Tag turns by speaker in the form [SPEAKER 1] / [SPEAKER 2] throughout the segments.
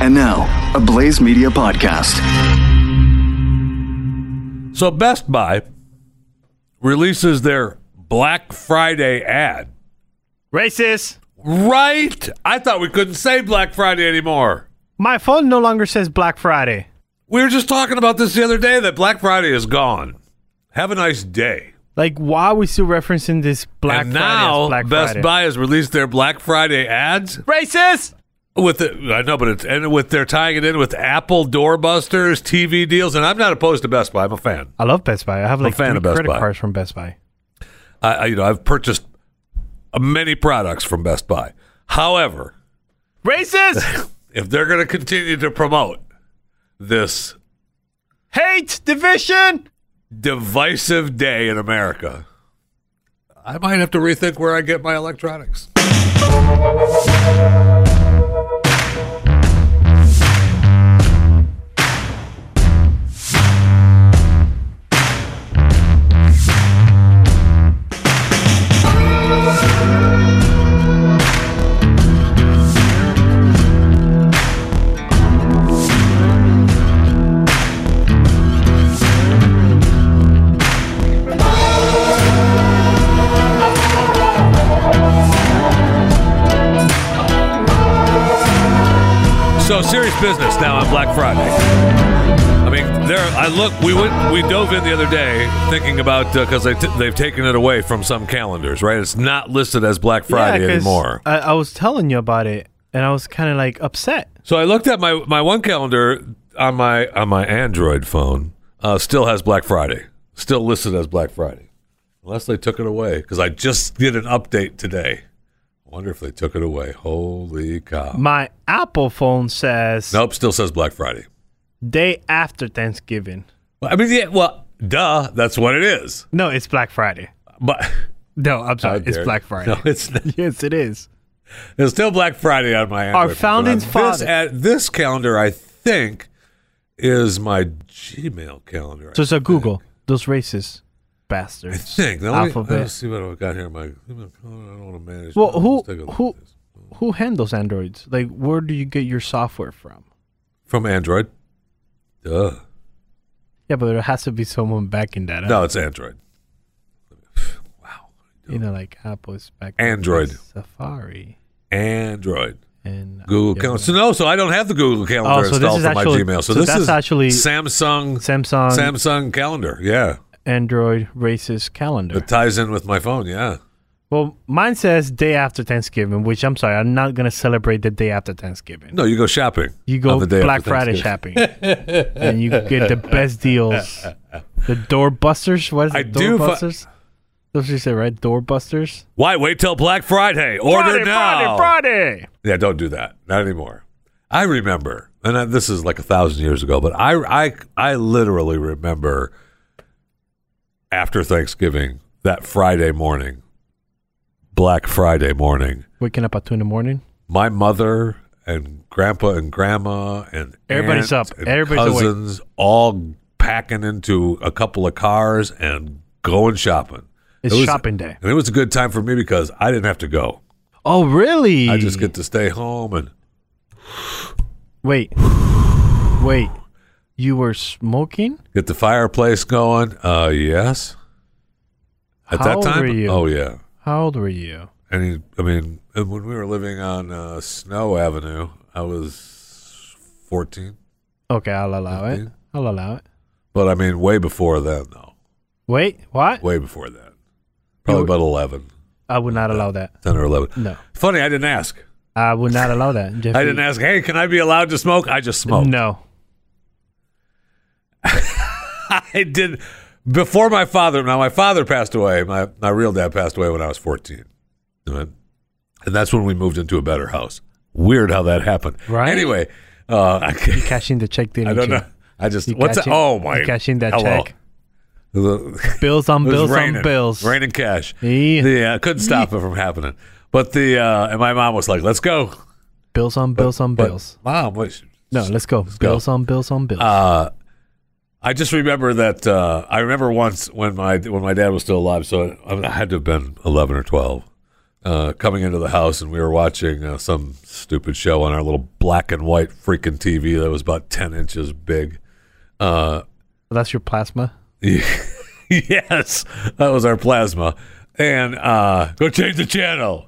[SPEAKER 1] And now, a Blaze Media podcast.
[SPEAKER 2] So Best Buy releases their Black Friday ad.
[SPEAKER 3] Racist.
[SPEAKER 2] Right? I thought we couldn't say Black Friday anymore.
[SPEAKER 3] My phone no longer says Black Friday.
[SPEAKER 2] We were just talking about this the other day that Black Friday is gone. Have a nice day.
[SPEAKER 3] Like, why are we still referencing this Black
[SPEAKER 2] and
[SPEAKER 3] Friday?
[SPEAKER 2] now
[SPEAKER 3] as Black
[SPEAKER 2] Best
[SPEAKER 3] Friday?
[SPEAKER 2] Buy has released their Black Friday ads
[SPEAKER 3] Racist.
[SPEAKER 2] with the, I know, but it's and with they're tying it in with Apple doorbusters, TV deals, and I'm not opposed to Best Buy. I'm a fan.
[SPEAKER 3] I love Best Buy. I have like
[SPEAKER 2] fan
[SPEAKER 3] three
[SPEAKER 2] of Best
[SPEAKER 3] credit
[SPEAKER 2] Buy.
[SPEAKER 3] cards from Best Buy.
[SPEAKER 2] I, I you know I've purchased uh, many products from Best Buy. However,
[SPEAKER 3] Racist.
[SPEAKER 2] if they're going to continue to promote this
[SPEAKER 3] Hate. Division.
[SPEAKER 2] divisive day in America, I might have to rethink where I get my electronics. So serious business now on Black Friday. I mean, there. I look. We went. We dove in the other day thinking about because they t- they've taken it away from some calendars. Right? It's not listed as Black Friday
[SPEAKER 3] 'cause
[SPEAKER 2] anymore.
[SPEAKER 3] I, I was telling you about it, and I was kind of like upset.
[SPEAKER 2] So I looked at my my one calendar on my on my Android phone. Uh, still has Black Friday. Still listed as Black Friday, unless they took it away. Because I just did an update today. I wonder if they took it away. Holy cow!
[SPEAKER 3] My Apple phone says
[SPEAKER 2] Nope, still says Black Friday.
[SPEAKER 3] day after Thanksgiving.
[SPEAKER 2] Well, I mean, yeah, well, duh, that's what it is.
[SPEAKER 3] No, it's Black Friday.
[SPEAKER 2] But
[SPEAKER 3] No, I'm
[SPEAKER 2] How
[SPEAKER 3] sorry. It's
[SPEAKER 2] dare-
[SPEAKER 3] Black Friday.
[SPEAKER 2] No, it's not.
[SPEAKER 3] yes, it is.
[SPEAKER 2] It's still Black Friday on my Android.
[SPEAKER 3] founding
[SPEAKER 2] phone. This,
[SPEAKER 3] father-
[SPEAKER 2] at this calendar, I think, is my Gmail calendar.
[SPEAKER 3] So,
[SPEAKER 2] I
[SPEAKER 3] so
[SPEAKER 2] think.
[SPEAKER 3] Google those racist bastards.
[SPEAKER 2] I think. Now, let me-
[SPEAKER 3] Alphabet.
[SPEAKER 2] Let's see what I got here. My email calendar. I don't want to manage.
[SPEAKER 3] Well,
[SPEAKER 2] Let's
[SPEAKER 3] who-
[SPEAKER 2] take a look
[SPEAKER 3] who-
[SPEAKER 2] at this.
[SPEAKER 3] Who handles androids? Like, where do you get your software from?
[SPEAKER 2] from Android? Duh.
[SPEAKER 3] Yeah, but there has to be someone backing that up.
[SPEAKER 2] No, it's Android. Wow.
[SPEAKER 3] You know, like Apple is back.
[SPEAKER 2] Android.
[SPEAKER 3] Safari,
[SPEAKER 2] And
[SPEAKER 3] and uh,
[SPEAKER 2] Google
[SPEAKER 3] yeah,
[SPEAKER 2] Calendar. So no, so I don't have the Google Calendar
[SPEAKER 3] Oh, so this
[SPEAKER 2] installed
[SPEAKER 3] is
[SPEAKER 2] for
[SPEAKER 3] actually-
[SPEAKER 2] my Gmail. So,
[SPEAKER 3] so
[SPEAKER 2] this
[SPEAKER 3] that's
[SPEAKER 2] is
[SPEAKER 3] actually-
[SPEAKER 2] Samsung
[SPEAKER 3] Samsung
[SPEAKER 2] Samsung calendar. Yeah,
[SPEAKER 3] Android racist calendar.
[SPEAKER 2] that ties in with my phone. Yeah.
[SPEAKER 3] well, mine says day after Thanksgiving, which I'm sorry, I'm not gonna celebrate the day after Thanksgiving.
[SPEAKER 2] No, you go shopping.
[SPEAKER 3] You
[SPEAKER 2] on
[SPEAKER 3] go
[SPEAKER 2] the day
[SPEAKER 3] Black
[SPEAKER 2] after
[SPEAKER 3] Friday
[SPEAKER 2] Thanksgiving.
[SPEAKER 3] shopping, and you get the best deals. The doorbusters. What is
[SPEAKER 2] I
[SPEAKER 3] it?
[SPEAKER 2] do fi-
[SPEAKER 3] Doorbusters. Those you say right? Doorbusters.
[SPEAKER 2] Why wait till Black Friday? Order
[SPEAKER 3] Friday,
[SPEAKER 2] now.
[SPEAKER 3] Friday, Friday.
[SPEAKER 2] Yeah, don't do that. Not anymore. I remember, and I, this is like a thousand years ago, but I, I, I literally remember after Thanksgiving that Friday morning, Black Friday morning,
[SPEAKER 3] Waking up at two in the morning.
[SPEAKER 2] my mother and grandpa and grandma and
[SPEAKER 3] Everybody's
[SPEAKER 2] aunt
[SPEAKER 3] up.
[SPEAKER 2] and
[SPEAKER 3] Everybody's awake.
[SPEAKER 2] cousins all packing into a couple of cars and going shopping.
[SPEAKER 3] It's
[SPEAKER 2] It was-
[SPEAKER 3] shopping day.
[SPEAKER 2] And it was a good time for me because I didn't have to go.
[SPEAKER 3] Oh, really?
[SPEAKER 2] I just get to stay home and
[SPEAKER 3] Wait. Wait. You were smoking?
[SPEAKER 2] get the fireplace going. Uh, yes. At
[SPEAKER 3] How
[SPEAKER 2] that
[SPEAKER 3] old
[SPEAKER 2] time,
[SPEAKER 3] were you?
[SPEAKER 2] oh yeah.
[SPEAKER 3] How old were you?
[SPEAKER 2] And he, I mean, and when we were living on uh, Snow Avenue, I was fourteen,
[SPEAKER 3] Okay, I'll allow it.
[SPEAKER 2] Fifteen.
[SPEAKER 3] I'll allow it.
[SPEAKER 2] but I mean, way before then, though.
[SPEAKER 3] Wait, what?
[SPEAKER 2] Way before that. Probably
[SPEAKER 3] You-
[SPEAKER 2] about 11,
[SPEAKER 3] I would not allow that.
[SPEAKER 2] 10 or eleven.
[SPEAKER 3] No.
[SPEAKER 2] Funny, I didn't ask.
[SPEAKER 3] I would not allow that. Jeffy.
[SPEAKER 2] I didn't ask. Hey, can I be allowed to smoke? I just smoked.
[SPEAKER 3] No.
[SPEAKER 2] I did before my father. Now my father passed away. My my real dad passed away when I was fourteen, and and that's when we moved into a better house. Weird how that happened.
[SPEAKER 3] Right?
[SPEAKER 2] Anyway, uh, I, can't-
[SPEAKER 3] Cash in the check didn't
[SPEAKER 2] I don't
[SPEAKER 3] you?
[SPEAKER 2] know. I just
[SPEAKER 3] You
[SPEAKER 2] what's
[SPEAKER 3] cash
[SPEAKER 2] that?
[SPEAKER 3] in-
[SPEAKER 2] Oh my!
[SPEAKER 3] you cash in that
[SPEAKER 2] hello.
[SPEAKER 3] check.
[SPEAKER 2] The-
[SPEAKER 3] Bills on
[SPEAKER 2] it was
[SPEAKER 3] bills on
[SPEAKER 2] raining.
[SPEAKER 3] bills.
[SPEAKER 2] Raining cash.
[SPEAKER 3] Yeah.
[SPEAKER 2] Yeah, I couldn't stop it from happening. But the uh, and my mom was like, "Let's go."
[SPEAKER 3] Bills on bills on
[SPEAKER 2] But,
[SPEAKER 3] bills.
[SPEAKER 2] Mom, what?
[SPEAKER 3] No, let's go.
[SPEAKER 2] go.
[SPEAKER 3] bills on bills on bills.
[SPEAKER 2] Uh, I just remember that uh, I remember once when my when my dad was still alive, so I, I had to have been eleven or twelve. uh, coming into the house, and we were watching uh, some stupid show on our little black and white freaking TV that was about ten inches big. Uh,
[SPEAKER 3] Oh, That's your plasma.
[SPEAKER 2] yes, that was our plasma. And uh, go change the channel.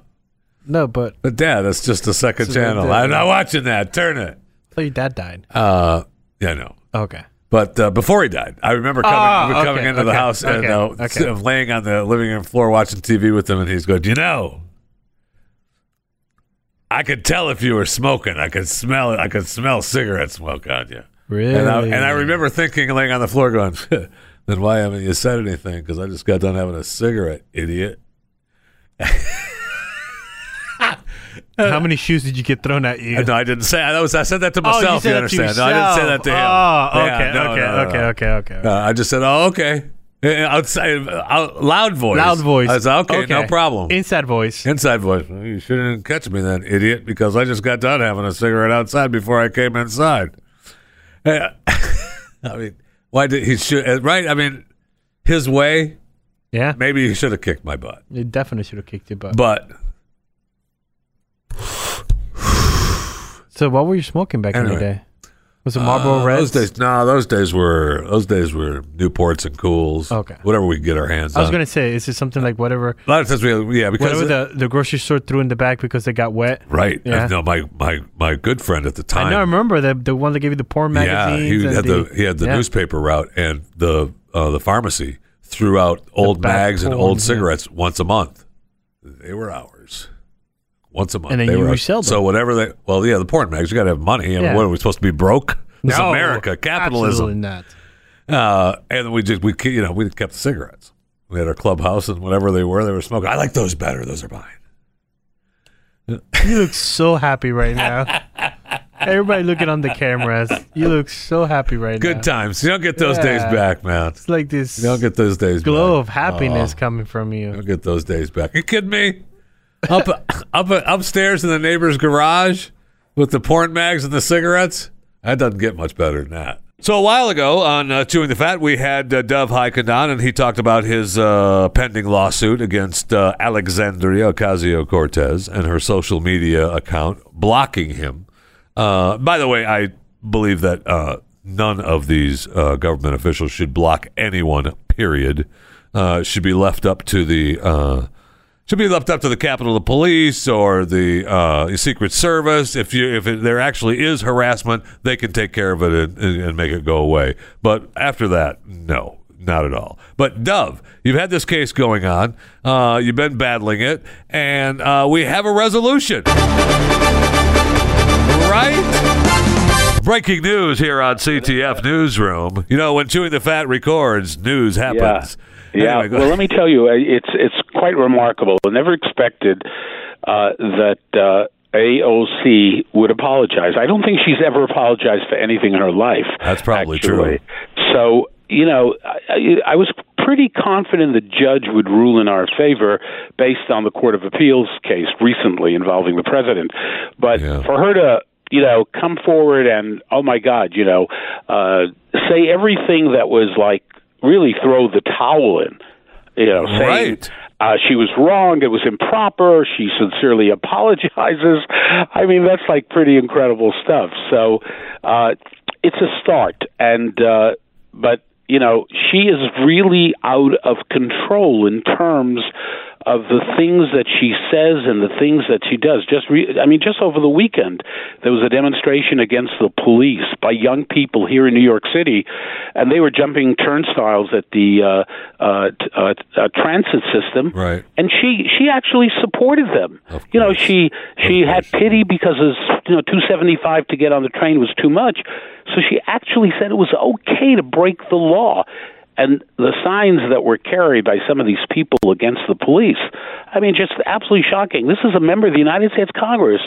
[SPEAKER 3] No, but
[SPEAKER 2] But Dad, that's just the second
[SPEAKER 3] It's a
[SPEAKER 2] channel.
[SPEAKER 3] different-
[SPEAKER 2] I'm not watching that. Turn it.
[SPEAKER 3] I thought your dad died.
[SPEAKER 2] Uh, yeah, no.
[SPEAKER 3] Okay.
[SPEAKER 2] But uh, before he died, I remember coming,
[SPEAKER 3] Ah, okay,
[SPEAKER 2] coming into the
[SPEAKER 3] okay,
[SPEAKER 2] house and
[SPEAKER 3] okay,
[SPEAKER 2] uh,
[SPEAKER 3] okay.
[SPEAKER 2] sitting- laying on the living room floor watching TV with him, and he's going, "You know, I could tell if you were smoking. I could smell it. I could smell cigarette smoke on you."
[SPEAKER 3] Really?
[SPEAKER 2] And I, and I remember thinking, laying on the floor, going, "Then why haven't you said anything? Because I just got done having a cigarette, idiot."
[SPEAKER 3] How many shoes did you get thrown at you?
[SPEAKER 2] Uh, No, Uh, I didn't say. I was. I said that to
[SPEAKER 3] Oh,
[SPEAKER 2] myself.
[SPEAKER 3] you said that to
[SPEAKER 2] understand? No, I didn't say that to him.
[SPEAKER 3] yourself. Oh,
[SPEAKER 2] Yeah,
[SPEAKER 3] okay,
[SPEAKER 2] no, no,
[SPEAKER 3] okay,
[SPEAKER 2] no,
[SPEAKER 3] okay,
[SPEAKER 2] no.
[SPEAKER 3] okay, okay, okay.
[SPEAKER 2] Uh, I just said, "Oh, okay." Uh, Outside, uh, out, loud voice.
[SPEAKER 3] Loud voice.
[SPEAKER 2] I said, "Okay, no problem."
[SPEAKER 3] Inside voice.
[SPEAKER 2] Inside voice. "Well, You shouldn't catch me then, idiot, because I just got done having a cigarette outside before I came inside. Uh, I mean, why did he shoot? uh, Right? I mean, his way.
[SPEAKER 3] yeah.
[SPEAKER 2] Maybe he should have kicked my butt,
[SPEAKER 3] You definitely should have kicked your butt.
[SPEAKER 2] but
[SPEAKER 3] so what were you smoking back in the
[SPEAKER 2] Anyway.
[SPEAKER 3] day? Was it Marlboro
[SPEAKER 2] Uh,
[SPEAKER 3] Reds?
[SPEAKER 2] Those days, no, those days were those days were Newports and Cools.
[SPEAKER 3] Okay.
[SPEAKER 2] whatever we could get our hands
[SPEAKER 3] I was
[SPEAKER 2] on.
[SPEAKER 3] gonna say, is it something like whatever,
[SPEAKER 2] a lot of times we, yeah, because
[SPEAKER 3] whatever the, the grocery store threw in the bag because they got wet?
[SPEAKER 2] right.
[SPEAKER 3] Yeah.
[SPEAKER 2] No, my my my good friend at the time.
[SPEAKER 3] I know. I remember the the one that gave you the porn
[SPEAKER 2] yeah,
[SPEAKER 3] magazines.
[SPEAKER 2] he
[SPEAKER 3] and
[SPEAKER 2] had the, he had the
[SPEAKER 3] yeah.
[SPEAKER 2] newspaper route and the uh, the pharmacy threw out old
[SPEAKER 3] back
[SPEAKER 2] bags and
[SPEAKER 3] porn,
[SPEAKER 2] old
[SPEAKER 3] yeah.
[SPEAKER 2] cigarettes once a month. They were ours. Once a month,
[SPEAKER 3] And then
[SPEAKER 2] they
[SPEAKER 3] you
[SPEAKER 2] were ours.
[SPEAKER 3] resell them.
[SPEAKER 2] So whatever they, well, yeah, the porn mags. You got to have money. I mean,
[SPEAKER 3] Yeah.
[SPEAKER 2] what are we supposed to be broke? This is
[SPEAKER 3] No,
[SPEAKER 2] America, capitalism.
[SPEAKER 3] Absolutely not.
[SPEAKER 2] Uh, and we just we ke- you know we kept the cigarettes. We had our clubhouse and whatever they were, they were smoking. I like those better. Those are mine.
[SPEAKER 3] You look so happy right now. Everybody looking on the cameras. You look so happy right
[SPEAKER 2] Good
[SPEAKER 3] now.
[SPEAKER 2] times. You don't get those days
[SPEAKER 3] Yeah.
[SPEAKER 2] back, man.
[SPEAKER 3] It's like this
[SPEAKER 2] You don't get those days.
[SPEAKER 3] glow
[SPEAKER 2] back.
[SPEAKER 3] of happiness
[SPEAKER 2] Aw,
[SPEAKER 3] coming from
[SPEAKER 2] you
[SPEAKER 3] you.
[SPEAKER 2] don't get those days back. You kidding me? Up up upstairs in the neighbor's garage with the porn mags and the cigarettes. That doesn't get much better than that. So a while ago on uh, Chewing the Fat, we had uh, Dove Hikadan, and he talked about his uh, pending lawsuit against uh, Alexandria Ocasio Cortez and her social media account blocking him. Uh, by the way, I believe that uh, none of these uh, government officials should block anyone. Period. Uh, should be left up to the uh, should be left up to the Capitol the Police or the uh, Secret Service. If you if it, there actually is harassment, they can take care of it and, and, and make it go away. But after that, no, not at all. But Dove, you've had this case going on. Uh, you've been battling it, and uh, we have a resolution, right? Breaking news here on CTF Newsroom. You know, when Chewing the Fat records, news happens.
[SPEAKER 4] Yeah.
[SPEAKER 2] Anyway, go-
[SPEAKER 4] well, let me tell you, uh, it's it's quite remarkable. I never expected uh, that uh, AOC would apologize. I don't think she's ever apologized for anything in her life.
[SPEAKER 2] That's probably
[SPEAKER 4] actually. So you know, I, I was pretty confident the judge would rule in our favor based on the Court of Appeals case recently involving the president. But
[SPEAKER 2] Yeah.
[SPEAKER 4] for her to you know come forward and oh my god you know uh say everything that was like really throw the towel in you know saying
[SPEAKER 2] Right.
[SPEAKER 4] uh, she was wrong it was improper she sincerely apologizes i mean that's like pretty incredible stuff so uh it's a start and uh but you know she is really out of control in terms of the things that she says and the things that she does. Just, re- I mean, just over the weekend, there was a demonstration against the police by young people here in New York City, and they were jumping turnstiles at the uh, uh, t- uh, t- uh, transit system.
[SPEAKER 2] Right.
[SPEAKER 4] And she she actually supported them.
[SPEAKER 2] Of
[SPEAKER 4] You know,
[SPEAKER 2] course.
[SPEAKER 4] she she
[SPEAKER 2] Of
[SPEAKER 4] had
[SPEAKER 2] course.
[SPEAKER 4] pity because it's you know two seventy five to get on the train was too much, so she actually said it was okay to break the law. And the signs that were carried by some of these people against the police, I mean, just absolutely shocking. This is a member of the United States Congress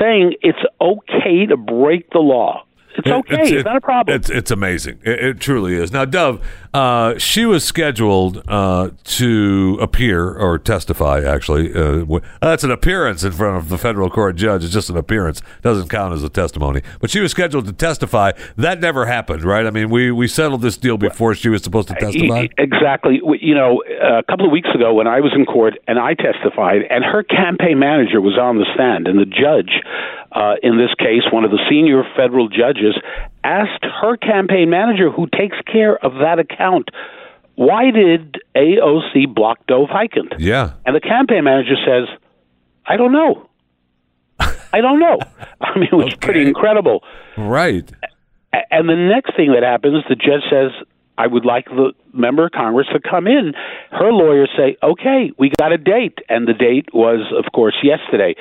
[SPEAKER 4] saying it's okay to break the law. It's okay. It's, not a problem.
[SPEAKER 2] It's it's amazing. It, it truly is. Now, Dove, uh, she was scheduled uh, to appear or testify. Actually, uh, w- uh, that's an appearance in front of the federal court judge. It's just an appearance. Doesn't count as a testimony. But she was scheduled to testify. That never happened, right? I mean, we we settled this deal before she was supposed to testify.
[SPEAKER 4] E- Exactly. W- You know, uh, a couple of weeks ago when I was in court and I testified, and her campaign manager was on the stand, and the judge, uh, in this case, one of the senior federal judges, asked her campaign manager, who takes care of that account, why did AOC block Dove Hyken?
[SPEAKER 2] Yeah.
[SPEAKER 4] And the campaign manager says, I don't know. I don't know. I mean, it was pretty incredible.
[SPEAKER 2] Right.
[SPEAKER 4] A- And the next thing that happens, the judge says, I would like the member of Congress to come in. Her lawyers say, okay, we got a date. And the date was, of course, yesterday.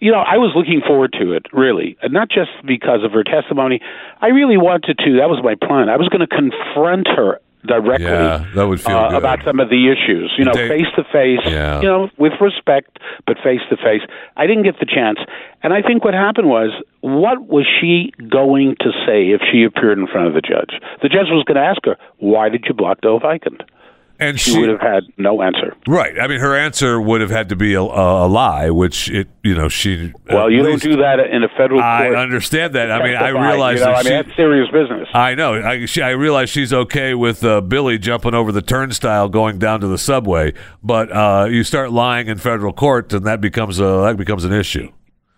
[SPEAKER 4] You know, I was looking forward to it, really, And not just because of her testimony. I really wanted to. That was my plan. I was going to confront her directly
[SPEAKER 2] Yeah, that would feel
[SPEAKER 4] uh,
[SPEAKER 2] good.
[SPEAKER 4] about some of the issues, you know,
[SPEAKER 2] They-
[SPEAKER 4] face to face,
[SPEAKER 2] Yeah.
[SPEAKER 4] you know, with respect, but face to face. I didn't get the chance. And I think what happened was, what was she going to say if she appeared in front of the judge? The judge was going to ask her, why did you block Dove Eikend?
[SPEAKER 2] And
[SPEAKER 4] She would have had no answer.
[SPEAKER 2] Right. I mean, her answer would have had to be a, a a lie, which it, you know, she.
[SPEAKER 4] Well,
[SPEAKER 2] at
[SPEAKER 4] you don't
[SPEAKER 2] least-
[SPEAKER 4] do that in a federal
[SPEAKER 2] I
[SPEAKER 4] court.
[SPEAKER 2] understand that. I mean, I
[SPEAKER 4] Testify,
[SPEAKER 2] realize
[SPEAKER 4] you know,
[SPEAKER 2] that
[SPEAKER 4] I mean,
[SPEAKER 2] she.
[SPEAKER 4] that's serious business.
[SPEAKER 2] I know. I, she, I realize she's okay with uh, Billy jumping over the turnstile going down to the subway, but uh, you start lying in federal court, and that becomes a that becomes an issue.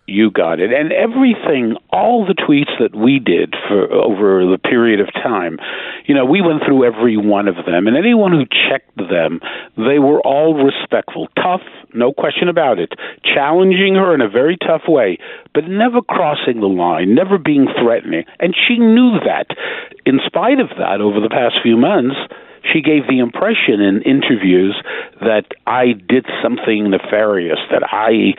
[SPEAKER 4] You got it. And everything, all the tweets that we did for over the period of time, you know, we went through every one of them. And anyone who checked them, they were all respectful, tough, no question about it, challenging her in a very tough way, but never crossing the line, never being threatening. And she knew that. In spite of that, over the past few months, she gave the impression in interviews that I did something nefarious, that I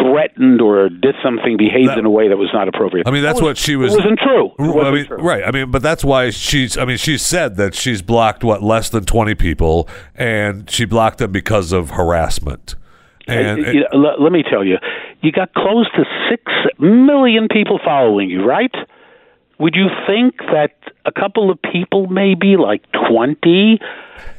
[SPEAKER 4] threatened or did something, behaved in a way that was not appropriate.
[SPEAKER 2] I mean, that's what she was.
[SPEAKER 4] it wasn't true. It
[SPEAKER 2] I
[SPEAKER 4] wasn't
[SPEAKER 2] mean,
[SPEAKER 4] true.
[SPEAKER 2] right. I mean, but that's why she's. I mean, she said that she's blocked what less than twenty people, and she blocked them because of harassment. And uh,
[SPEAKER 4] You know, le- let me tell you, you got close to six million people following you, right? Would you think that a couple of people, maybe like twenty,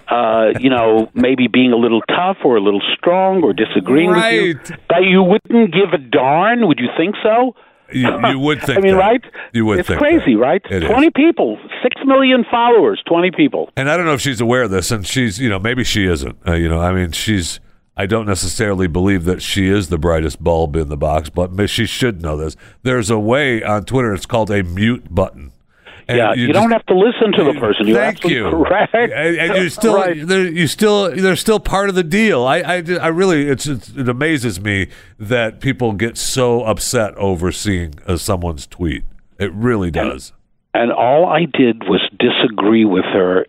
[SPEAKER 4] uh, you know, maybe being a little tough or a little strong or disagreeing with you,
[SPEAKER 2] Right.
[SPEAKER 4] that you wouldn't give a darn? Would you think so?
[SPEAKER 2] You, you would think.
[SPEAKER 4] I mean,
[SPEAKER 2] that.
[SPEAKER 4] right?
[SPEAKER 2] You would
[SPEAKER 4] It's
[SPEAKER 2] think
[SPEAKER 4] crazy,
[SPEAKER 2] that.
[SPEAKER 4] right?
[SPEAKER 2] It is.
[SPEAKER 4] twenty people, six million followers, twenty people.
[SPEAKER 2] And I don't know if she's aware of this, and she's, you know, maybe she isn't. Uh, you know, I mean, she's. I don't necessarily believe that she is the brightest bulb in the box, but ma- she should know this. There's a way on Twitter; it's called a mute button. And
[SPEAKER 4] yeah, you, don't
[SPEAKER 2] just-
[SPEAKER 4] have to listen to the person. You're
[SPEAKER 2] Thank
[SPEAKER 4] absolutely
[SPEAKER 2] you.
[SPEAKER 4] correct.
[SPEAKER 2] And, and you're still,
[SPEAKER 4] Right.
[SPEAKER 2] they're, you still, they're still part of the deal. I, I, I really, it's, it's, it amazes me that people get so upset over seeing uh, someone's tweet. It really does.
[SPEAKER 4] And all I did was disagree with her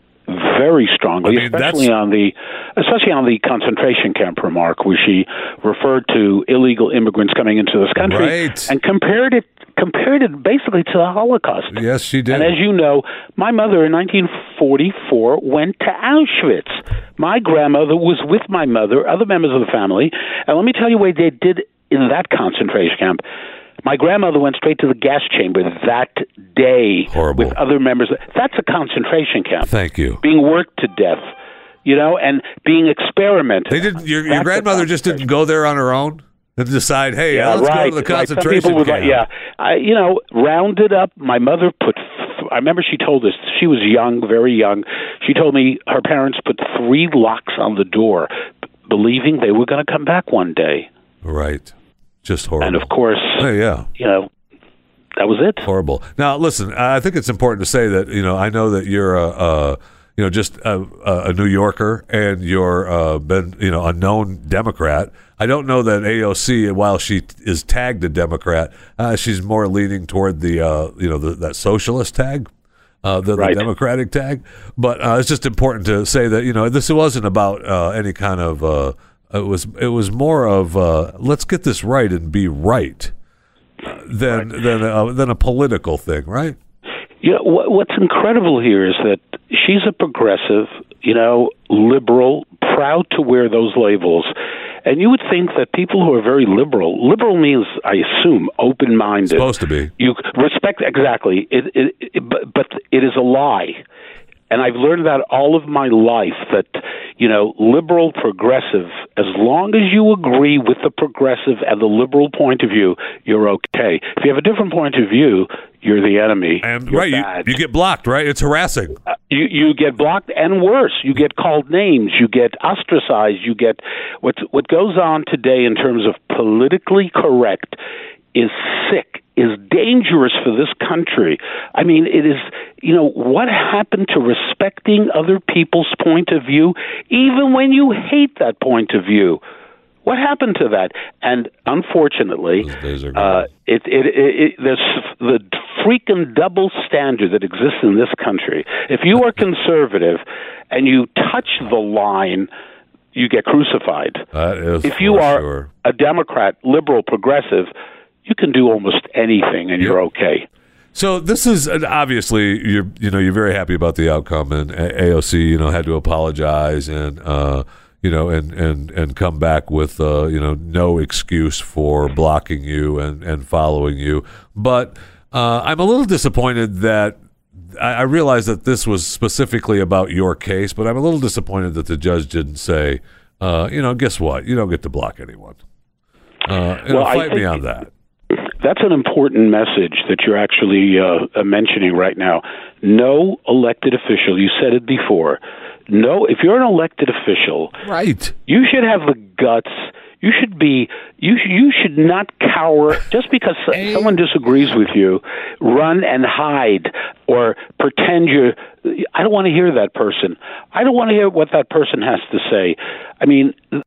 [SPEAKER 4] very strongly,
[SPEAKER 2] I mean, that's-
[SPEAKER 4] especially on the especially on the concentration camp remark where she referred to illegal immigrants coming into this country
[SPEAKER 2] Right.
[SPEAKER 4] and compared it compared it basically to the Holocaust.
[SPEAKER 2] yes, she did.
[SPEAKER 4] And as you know, my mother in 1944 went to Auschwitz. My grandmother was with my mother, other members of the family, and let me tell you what they did in that concentration camp. My grandmother went straight to the gas chamber that day
[SPEAKER 2] Horrible.
[SPEAKER 4] with other members. That's a concentration camp.
[SPEAKER 2] Thank you.
[SPEAKER 4] being worked to death, you know, and being experimented.
[SPEAKER 2] They didn't. Your, your
[SPEAKER 4] That's a
[SPEAKER 2] grandmother just didn't go there on her own and decide, hey,
[SPEAKER 4] Yeah,
[SPEAKER 2] let's go to
[SPEAKER 4] right.
[SPEAKER 2] the
[SPEAKER 4] right. Some
[SPEAKER 2] concentration
[SPEAKER 4] people would
[SPEAKER 2] camp.
[SPEAKER 4] Like, yeah, I, you know, rounded up. My mother put. Th- I remember she told us she was young, very young. She told me her parents put three locks on the door, b- believing they were going to come back one day.
[SPEAKER 2] Right. Just horrible.
[SPEAKER 4] And of course,
[SPEAKER 2] Hey, yeah.
[SPEAKER 4] you know, that was it.
[SPEAKER 2] Horrible. Now, listen. I think it's important to say that you know. I know that you're a, a you know just a, a a New Yorker and you're uh, been you know a known Democrat. I don't know that AOC, while she t- is tagged a Democrat, uh, she's more leaning toward the uh, you know the, that socialist tag. Uh, than
[SPEAKER 4] Right.
[SPEAKER 2] the Democratic tag, but uh, it's just important to say that you know this wasn't about uh, any kind of uh, it was it was more of uh, let's get this right and be right uh, than than a, than a political thing, right?
[SPEAKER 4] You know, what, what's incredible here is that she's a progressive, you know, liberal, proud to wear those labels. And you would think that people who are very liberal, liberal means, I assume, open minded.
[SPEAKER 2] Supposed to be.
[SPEAKER 4] You respect, exactly. It, it, it, but, but it is a lie. And I've learned that all of my life that, you know, liberal, progressive, as long as you agree with the progressive and the liberal point of view, you're okay. If you have a different point of view, you're the enemy.
[SPEAKER 2] And
[SPEAKER 4] You're
[SPEAKER 2] right, you,
[SPEAKER 4] bad. Uh,
[SPEAKER 2] you get blocked, right? It's harassing.
[SPEAKER 4] you you get blocked and worse you get called names you get ostracized you get what what goes on today in terms of politically correct is sick is dangerous for this country i mean it is you know what happened to respecting other people's point of view even when you hate that point of view what happened to that and unfortunately
[SPEAKER 2] Those days are gone.
[SPEAKER 4] uh, it, it, it, it, there's the freaking double standard that exists in this country. If you are conservative and you touch the line, you get crucified.
[SPEAKER 2] That is
[SPEAKER 4] If you
[SPEAKER 2] for
[SPEAKER 4] are
[SPEAKER 2] Oh, sure.
[SPEAKER 4] a Democrat, liberal, progressive, you can do almost anything and you're okay.
[SPEAKER 2] So this is and obviously you're you know you're very happy about the outcome and A- AOC you know had to apologize and uh, you know and and and come back with uh, you know no excuse for blocking you and and following you. But uh, I'm a little disappointed that I, I realize that this was specifically about your case, but I'm a little disappointed that the judge didn't say uh, you know guess what you don't get to block anyone. Uh, you know,
[SPEAKER 4] Well, I
[SPEAKER 2] fight me
[SPEAKER 4] think-
[SPEAKER 2] on that.
[SPEAKER 4] That's an important message that you're actually uh, uh, mentioning right now. No elected official, you said it before. No, if you're an elected official,
[SPEAKER 2] Right.
[SPEAKER 4] You should have the guts. You should be. You sh- you should not cower just because so- someone disagrees with you. Run and hide or pretend you're. I don't want to hear that person. I don't want to hear what that person has to say. I mean, the,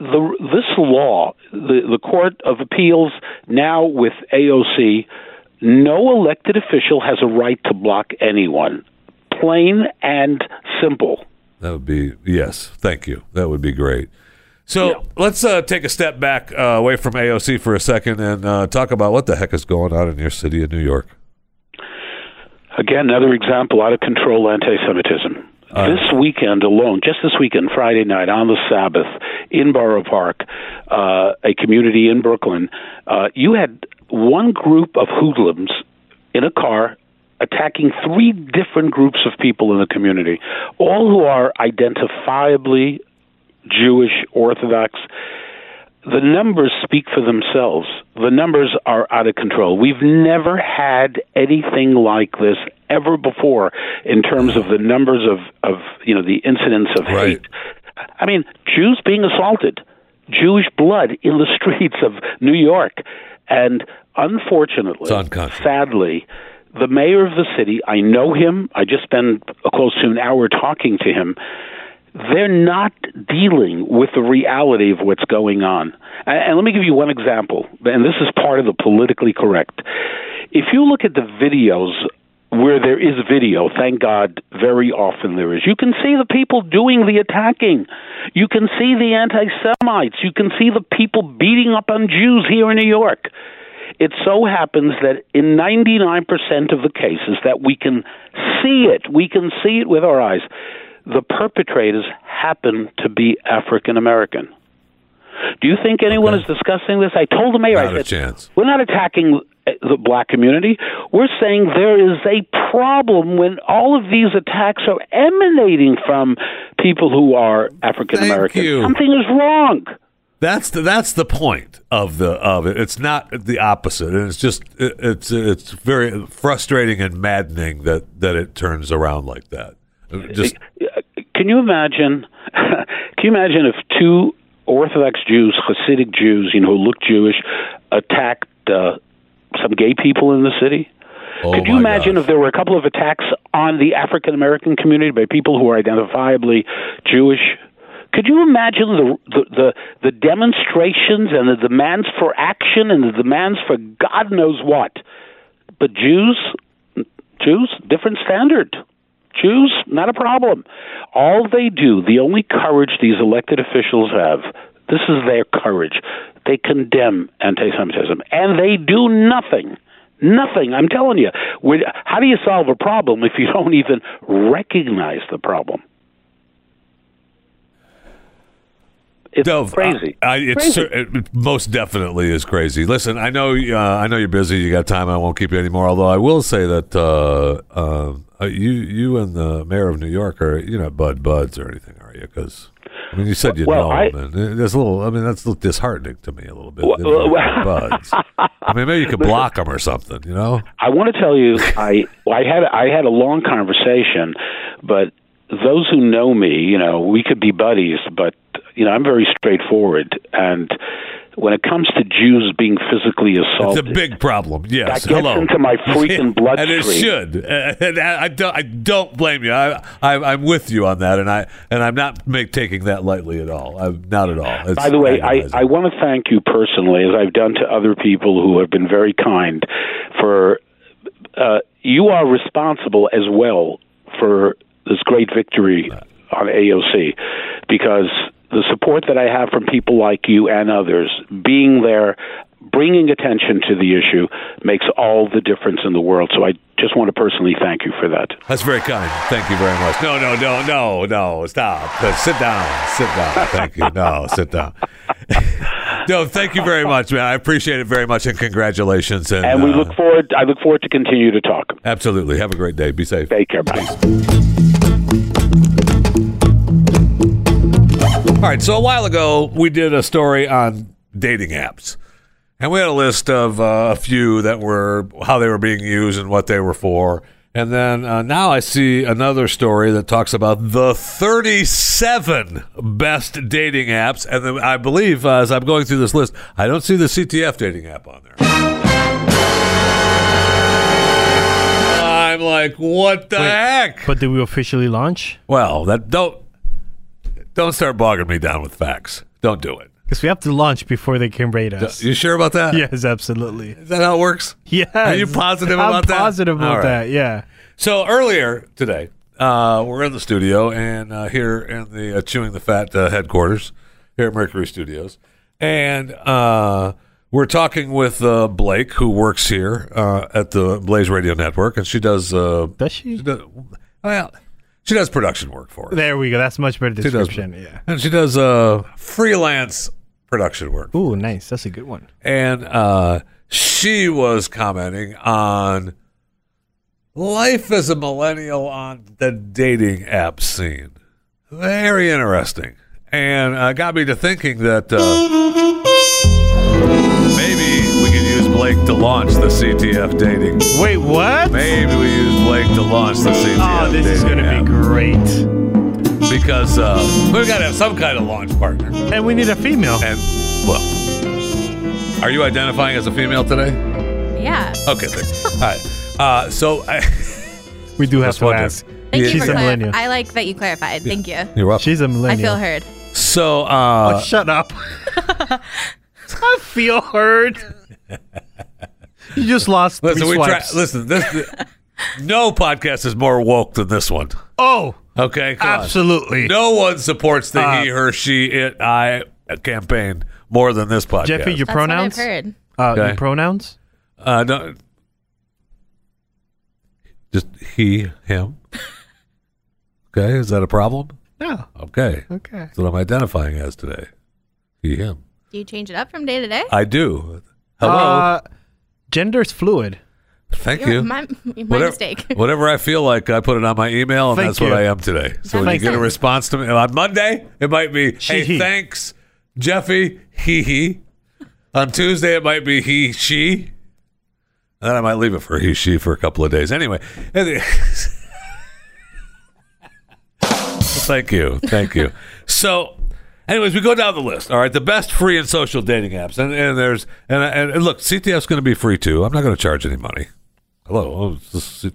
[SPEAKER 4] the this law, the the court of appeals now with AOC, no elected official has a right to block anyone. Plain and simple.
[SPEAKER 2] That would be yes. Thank you. That would be great. So let's uh, take a step back uh, away from AOC for a second and uh, talk about what the heck is going on in your city of New York.
[SPEAKER 4] Again, another example out of control anti Semitism. this weekend alone, just this weekend, Friday night, on the Sabbath, in Borough Park, uh, a community in Brooklyn, uh, you had one group of hoodlums in a car attacking three different groups of people in the community, all who are identifiably Jewish, Orthodox, the numbers speak for themselves. The numbers are out of control. We've never had anything like this ever before in terms of the numbers of, of you know, the incidents of
[SPEAKER 2] Right.
[SPEAKER 4] hate. I mean, Jews being assaulted, Jewish blood in the streets of New York. And unfortunately,
[SPEAKER 2] It's unconscionable.
[SPEAKER 4] sadly, the mayor of the city, I know him, I just spent close to an hour talking to him they're not dealing with the reality of what's going on. And, and let me give you one example, and this is part of the politically correct. If you look at the videos where there is video, thank God, very often there is, you can see the people doing the attacking. You can see the anti Semites. You can see the people beating up on Jews here in New York. It so happens that in 99% of the cases that we can see it, we can see it with our eyes, the perpetrators happen to be African American. Do you think anyone is discussing this? I told the mayor,
[SPEAKER 2] Not
[SPEAKER 4] I
[SPEAKER 2] a
[SPEAKER 4] said,
[SPEAKER 2] chance.
[SPEAKER 4] we're not attacking uh, the black community. We're saying there is a problem when all of these attacks are emanating from people who are African
[SPEAKER 2] Thank
[SPEAKER 4] American.
[SPEAKER 2] you.
[SPEAKER 4] Something is wrong.
[SPEAKER 2] That's the that's the point of the of it. It's not the opposite, and it's just it, it's it's very frustrating and maddening that that it turns around like that. Just
[SPEAKER 4] can you imagine? can you imagine if two Orthodox Jews, Hasidic Jews, you know, who look Jewish, attacked uh, some gay people in the city?
[SPEAKER 2] Oh,
[SPEAKER 4] Could you
[SPEAKER 2] my
[SPEAKER 4] imagine
[SPEAKER 2] God.
[SPEAKER 4] if there were a couple of attacks on the African American community by people who are identifiably Jewish? Could you imagine the, the the the demonstrations and the demands for action and the demands for God knows what? But Jews, Jews, different standard. Jews, not a problem. All they do, the only courage these elected officials have, this is their courage. They condemn anti Semitism, and they do nothing. Nothing. I'm telling you. When- How do you solve a problem if you don't even recognize the problem? It's
[SPEAKER 2] Dove,
[SPEAKER 4] crazy.
[SPEAKER 2] I, I, it's
[SPEAKER 4] Crazy.
[SPEAKER 2] cer- it it most definitely is crazy. Listen, I know, uh, I know you're busy. You got time. I won't keep you anymore. Although I will say that uh, um, uh, you, you and the mayor of New York are, you know, bud buds or anything, are you? Because I mean, you said you
[SPEAKER 4] Well,
[SPEAKER 2] know
[SPEAKER 4] I-
[SPEAKER 2] him, and that's a little. I mean, that's a little disheartening to me a little bit.
[SPEAKER 4] Well,
[SPEAKER 2] that you're
[SPEAKER 4] well,
[SPEAKER 2] buds. I mean, maybe you could block him or something. You know?
[SPEAKER 4] I want to tell you, I well, I had I had a long conversation, but those who know me, you know, we could be buddies, but you know, I'm very straightforward, and when it comes to Jews being physically
[SPEAKER 2] It's a
[SPEAKER 4] assaulted,
[SPEAKER 2] big problem. Yes.
[SPEAKER 4] That gets
[SPEAKER 2] Hello.
[SPEAKER 4] into my freaking
[SPEAKER 2] and it
[SPEAKER 4] bloodstream.
[SPEAKER 2] should. And I I don't, I don't blame you. I, I, I'm with you on that, and I and I'm not make, taking that lightly at all. I'm not at all. It's
[SPEAKER 4] By the way, I,
[SPEAKER 2] agonizing.
[SPEAKER 4] I want to thank you personally, as I've done to other people who have been very kind, for uh, you are responsible as well for this great victory on AOC because the support that I have from people like you and others, being there, bringing attention to the issue, makes all the difference in the world. So I just want to personally thank you for that.
[SPEAKER 2] That's very kind. Thank you very much. No, no, no, no, no. Stop. Uh, Sit down. Sit down. Thank you. No, sit down. no, thank you very much, man. I appreciate it very much, and congratulations. And,
[SPEAKER 4] And we
[SPEAKER 2] uh,
[SPEAKER 4] look forward. I look forward to continue to talk.
[SPEAKER 2] absolutely. Have a great day. Be safe.
[SPEAKER 4] Take care. Bye.
[SPEAKER 2] All right, so a while ago we did a story on dating apps, and we had a list of uh, a few that were how they were being used and what they were for. And then uh, now I see another story that talks about the 37 best dating apps, and then I believe uh, as I'm going through this list, I don't see the CTF dating app on there. I'm like, what the heck?
[SPEAKER 3] But did we officially launch?
[SPEAKER 2] Well, that don't don't start bogging me down with facts. Don't do it.
[SPEAKER 3] Because we have to launch before they can raid us.
[SPEAKER 2] You sure about that?
[SPEAKER 3] Yes, absolutely.
[SPEAKER 2] Is that how it works?
[SPEAKER 3] Yes.
[SPEAKER 2] Are you positive
[SPEAKER 3] I'm
[SPEAKER 2] about that?
[SPEAKER 3] positive about
[SPEAKER 2] All right.
[SPEAKER 3] that, yeah.
[SPEAKER 2] So earlier today, uh, we're in the studio and uh, here in the uh, Chewing the Fat uh, headquarters here at Mercury Studios, and uh, we're talking with uh, Blake, who works here uh, at the Blaze Radio Network, and she does. Uh,
[SPEAKER 3] Does she?
[SPEAKER 2] she does well, she does production work for us.
[SPEAKER 3] There we go. That's much better
[SPEAKER 2] does-
[SPEAKER 3] description. Yeah.
[SPEAKER 2] And she does uh, freelance production work.
[SPEAKER 3] Ooh, nice. That's a good one.
[SPEAKER 2] And uh, she was commenting on life as a millennial on the dating app scene. Very interesting. And uh, got me to thinking that uh, maybe we could use Blake to launch the CTF dating.
[SPEAKER 3] Wait, what?
[SPEAKER 2] Maybe we use Blake to launch the CTF
[SPEAKER 3] Oh, this is
[SPEAKER 2] dating
[SPEAKER 3] going to
[SPEAKER 2] app
[SPEAKER 3] be great.
[SPEAKER 2] because uh, we've got to have some kind of launch partner.
[SPEAKER 3] And we need a female.
[SPEAKER 2] And well, are you identifying as a female today?
[SPEAKER 5] Yeah.
[SPEAKER 2] Okay, thanks. All right. Uh, so I,
[SPEAKER 3] We do have
[SPEAKER 2] Just
[SPEAKER 3] to
[SPEAKER 2] wondered.
[SPEAKER 3] ask.
[SPEAKER 5] Thank
[SPEAKER 2] Yeah.
[SPEAKER 5] you
[SPEAKER 3] She's
[SPEAKER 5] for
[SPEAKER 3] a
[SPEAKER 5] clarif-
[SPEAKER 3] millennial.
[SPEAKER 5] I like that you clarified. Thank you.
[SPEAKER 2] you're up.
[SPEAKER 3] She's a
[SPEAKER 5] I
[SPEAKER 3] millennial.
[SPEAKER 5] feel heard.
[SPEAKER 2] So uh,
[SPEAKER 3] Oh, shut up. I feel heard. you just lost
[SPEAKER 2] listen,
[SPEAKER 3] three
[SPEAKER 2] we try,
[SPEAKER 3] swipes.
[SPEAKER 2] listen. This no podcast is more woke than this one.
[SPEAKER 3] Oh,
[SPEAKER 2] Okay, come on.
[SPEAKER 3] absolutely.
[SPEAKER 2] No one supports the
[SPEAKER 3] Uh,
[SPEAKER 2] he, her, she, it, I campaign more than this podcast.
[SPEAKER 3] Jeffy, your
[SPEAKER 5] That's
[SPEAKER 3] pronouns?
[SPEAKER 5] what I've heard.
[SPEAKER 3] Uh,
[SPEAKER 2] Okay.
[SPEAKER 3] Your pronouns?
[SPEAKER 2] uh, no, just he, him. Okay, is that a problem?
[SPEAKER 3] No.
[SPEAKER 2] Okay.
[SPEAKER 3] Okay.
[SPEAKER 2] That's what I'm identifying as today. He, him.
[SPEAKER 5] Do you change it up from day to day?
[SPEAKER 2] I do. Hello.
[SPEAKER 3] Uh, gender's fluid.
[SPEAKER 2] Thank
[SPEAKER 5] You're-
[SPEAKER 2] you.
[SPEAKER 5] My, my
[SPEAKER 2] whatever,
[SPEAKER 5] mistake.
[SPEAKER 2] whatever I feel like, I put it on my email, and
[SPEAKER 3] Thank
[SPEAKER 2] that's what
[SPEAKER 3] you.
[SPEAKER 2] I am today. So
[SPEAKER 5] That
[SPEAKER 2] when you
[SPEAKER 5] makes
[SPEAKER 2] get a
[SPEAKER 5] sense.
[SPEAKER 2] response to me and on Monday, it might be,
[SPEAKER 3] She,
[SPEAKER 2] hey,
[SPEAKER 3] he."
[SPEAKER 2] thanks, Jeffy, he, he. On Tuesday, it might be he, she. And then I might leave it for he, she for a couple of days. Anyway. thank you. Thank you. So, anyways, we go down the list. All right. The best free and social dating apps. And, and there's, and, and, and look, CTF's going to be free too. I'm not going to charge any money. Hello. oh,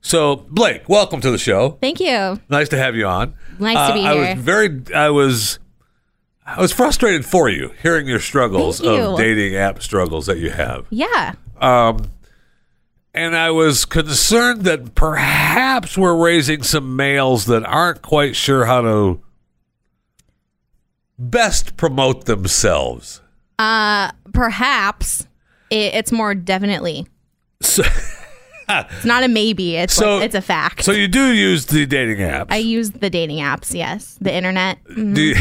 [SPEAKER 2] So, Blake, welcome to the show.
[SPEAKER 5] Thank you.
[SPEAKER 2] Nice to have you on. Uh,
[SPEAKER 5] Nice to be
[SPEAKER 2] I
[SPEAKER 5] here.
[SPEAKER 2] was very, I was, I was frustrated for you hearing your struggles
[SPEAKER 5] Thank
[SPEAKER 2] of
[SPEAKER 5] you.
[SPEAKER 2] dating app struggles that you have.
[SPEAKER 5] Yeah.
[SPEAKER 2] Um, and I was concerned that perhaps we're raising some males that aren't quite sure how to best promote themselves.
[SPEAKER 5] Uh, perhaps it, it's more definitely.
[SPEAKER 2] So,
[SPEAKER 5] It's not a maybe. It's
[SPEAKER 2] So-
[SPEAKER 5] like, it's a fact.
[SPEAKER 2] so you do use the dating apps.
[SPEAKER 5] I use the dating apps. Yes, the internet.
[SPEAKER 2] do you,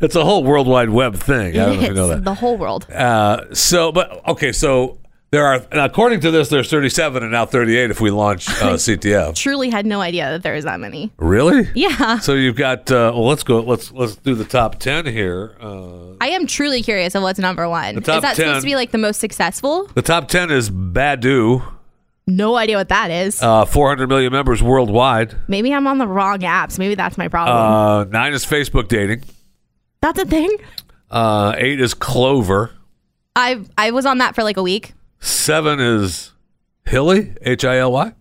[SPEAKER 2] it's a whole World Wide Web thing. I don't know if you know
[SPEAKER 5] It's
[SPEAKER 2] that.
[SPEAKER 5] the whole world.
[SPEAKER 2] Uh, so, but okay, so there are, and according to this, there's 37 and now 38 if we launch uh, CTF.
[SPEAKER 5] Truly had no idea that there was that many.
[SPEAKER 2] Really?
[SPEAKER 5] Yeah.
[SPEAKER 2] So you've got. Uh, well, let's go. Let's let's do the top 10 here. Uh,
[SPEAKER 5] I am truly curious of what's number one.
[SPEAKER 2] The
[SPEAKER 5] Is
[SPEAKER 2] top
[SPEAKER 5] that
[SPEAKER 2] 10.
[SPEAKER 5] supposed to be like the most successful?
[SPEAKER 2] the top 10 is Badu,
[SPEAKER 5] No idea what that is.
[SPEAKER 2] uh, 400 million members worldwide.
[SPEAKER 5] Maybe I'm on the wrong apps. Maybe that's my problem.
[SPEAKER 2] Uh, nine is Facebook dating.
[SPEAKER 5] that's a thing.
[SPEAKER 2] Uh, eight is Clover.
[SPEAKER 5] I I was on that for like a week.
[SPEAKER 2] Seven is Hilly, H I L Y.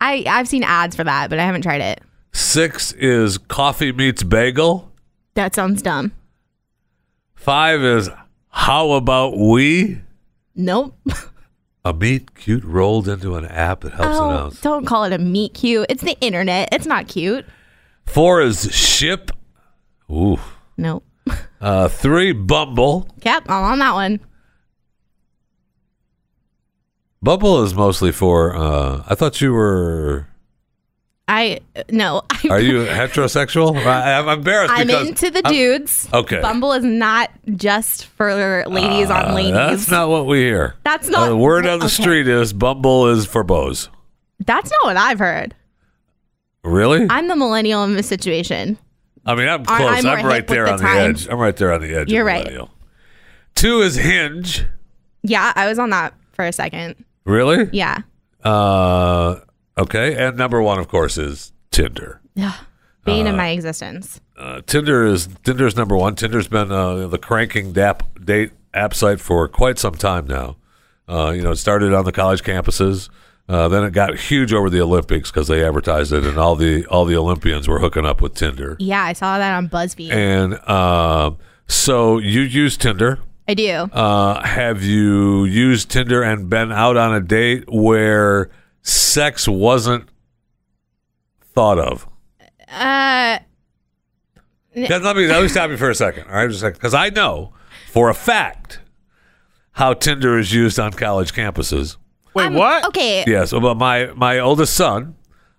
[SPEAKER 5] I I've seen ads for that, but I haven't tried it.
[SPEAKER 2] Six is Coffee Meets Bagel.
[SPEAKER 5] That sounds dumb.
[SPEAKER 2] Five is How About We?
[SPEAKER 5] Nope.
[SPEAKER 2] A meat cute rolled into an app that helps
[SPEAKER 5] Oh,
[SPEAKER 2] announce.
[SPEAKER 5] don't call it a meet cute. It's the internet. It's not cute.
[SPEAKER 2] Four is Ship. Ooh.
[SPEAKER 5] Nope.
[SPEAKER 2] Uh, three, Bumble.
[SPEAKER 5] Yep, I'm on that one.
[SPEAKER 2] Bumble is mostly for. Uh, I thought you were.
[SPEAKER 5] I no. I,
[SPEAKER 2] Are you heterosexual? I, I'm embarrassed
[SPEAKER 5] I'm
[SPEAKER 2] because
[SPEAKER 5] into the
[SPEAKER 2] I'm-
[SPEAKER 5] dudes.
[SPEAKER 2] Okay. Ah,
[SPEAKER 5] Bumble is not just for ladies on ladies.
[SPEAKER 2] uh, That's not what we hear. Uh,
[SPEAKER 5] That's not-
[SPEAKER 2] the word on the
[SPEAKER 5] okay.
[SPEAKER 2] street is Bumble is for bows.
[SPEAKER 5] That's not what I've heard.
[SPEAKER 2] Really? I,
[SPEAKER 5] I'm the millennial in this situation.
[SPEAKER 2] mean, I'm
[SPEAKER 5] I-
[SPEAKER 2] close.
[SPEAKER 5] I'm
[SPEAKER 2] I'm,
[SPEAKER 5] more
[SPEAKER 2] right
[SPEAKER 5] hip with
[SPEAKER 2] there
[SPEAKER 5] the
[SPEAKER 2] on the
[SPEAKER 5] time.
[SPEAKER 2] edge. I'm right there on the edge. of
[SPEAKER 5] You're right.
[SPEAKER 2] millennial. Two is Hinge.
[SPEAKER 5] Yeah, I was on that for a second.
[SPEAKER 2] Really?
[SPEAKER 5] Yeah.
[SPEAKER 2] Uh, okay. And number one, of course, is Tinder.
[SPEAKER 5] Yeah. Bane of my existence.
[SPEAKER 2] Uh, Tinder is Tinder's number one. Tinder's been uh, the cranking dap, date app site for quite some time now. Uh, you know, it started on the college campuses. Uh, then it got huge over the Olympics because they advertised it, and all the all the Olympians were hooking up with Tinder.
[SPEAKER 5] Yeah, I saw that on BuzzFeed.
[SPEAKER 2] And uh, so you use Tinder.
[SPEAKER 5] I do.
[SPEAKER 2] Uh, have you used Tinder and been out on a date where sex wasn't thought of?
[SPEAKER 5] Uh,
[SPEAKER 2] Let let me, let me stop you for a second. All right, just because I know for a fact how Tinder is used on college campuses.
[SPEAKER 3] Wait,
[SPEAKER 5] I'm-
[SPEAKER 3] what?
[SPEAKER 5] Okay.
[SPEAKER 2] Yes, but my my oldest son,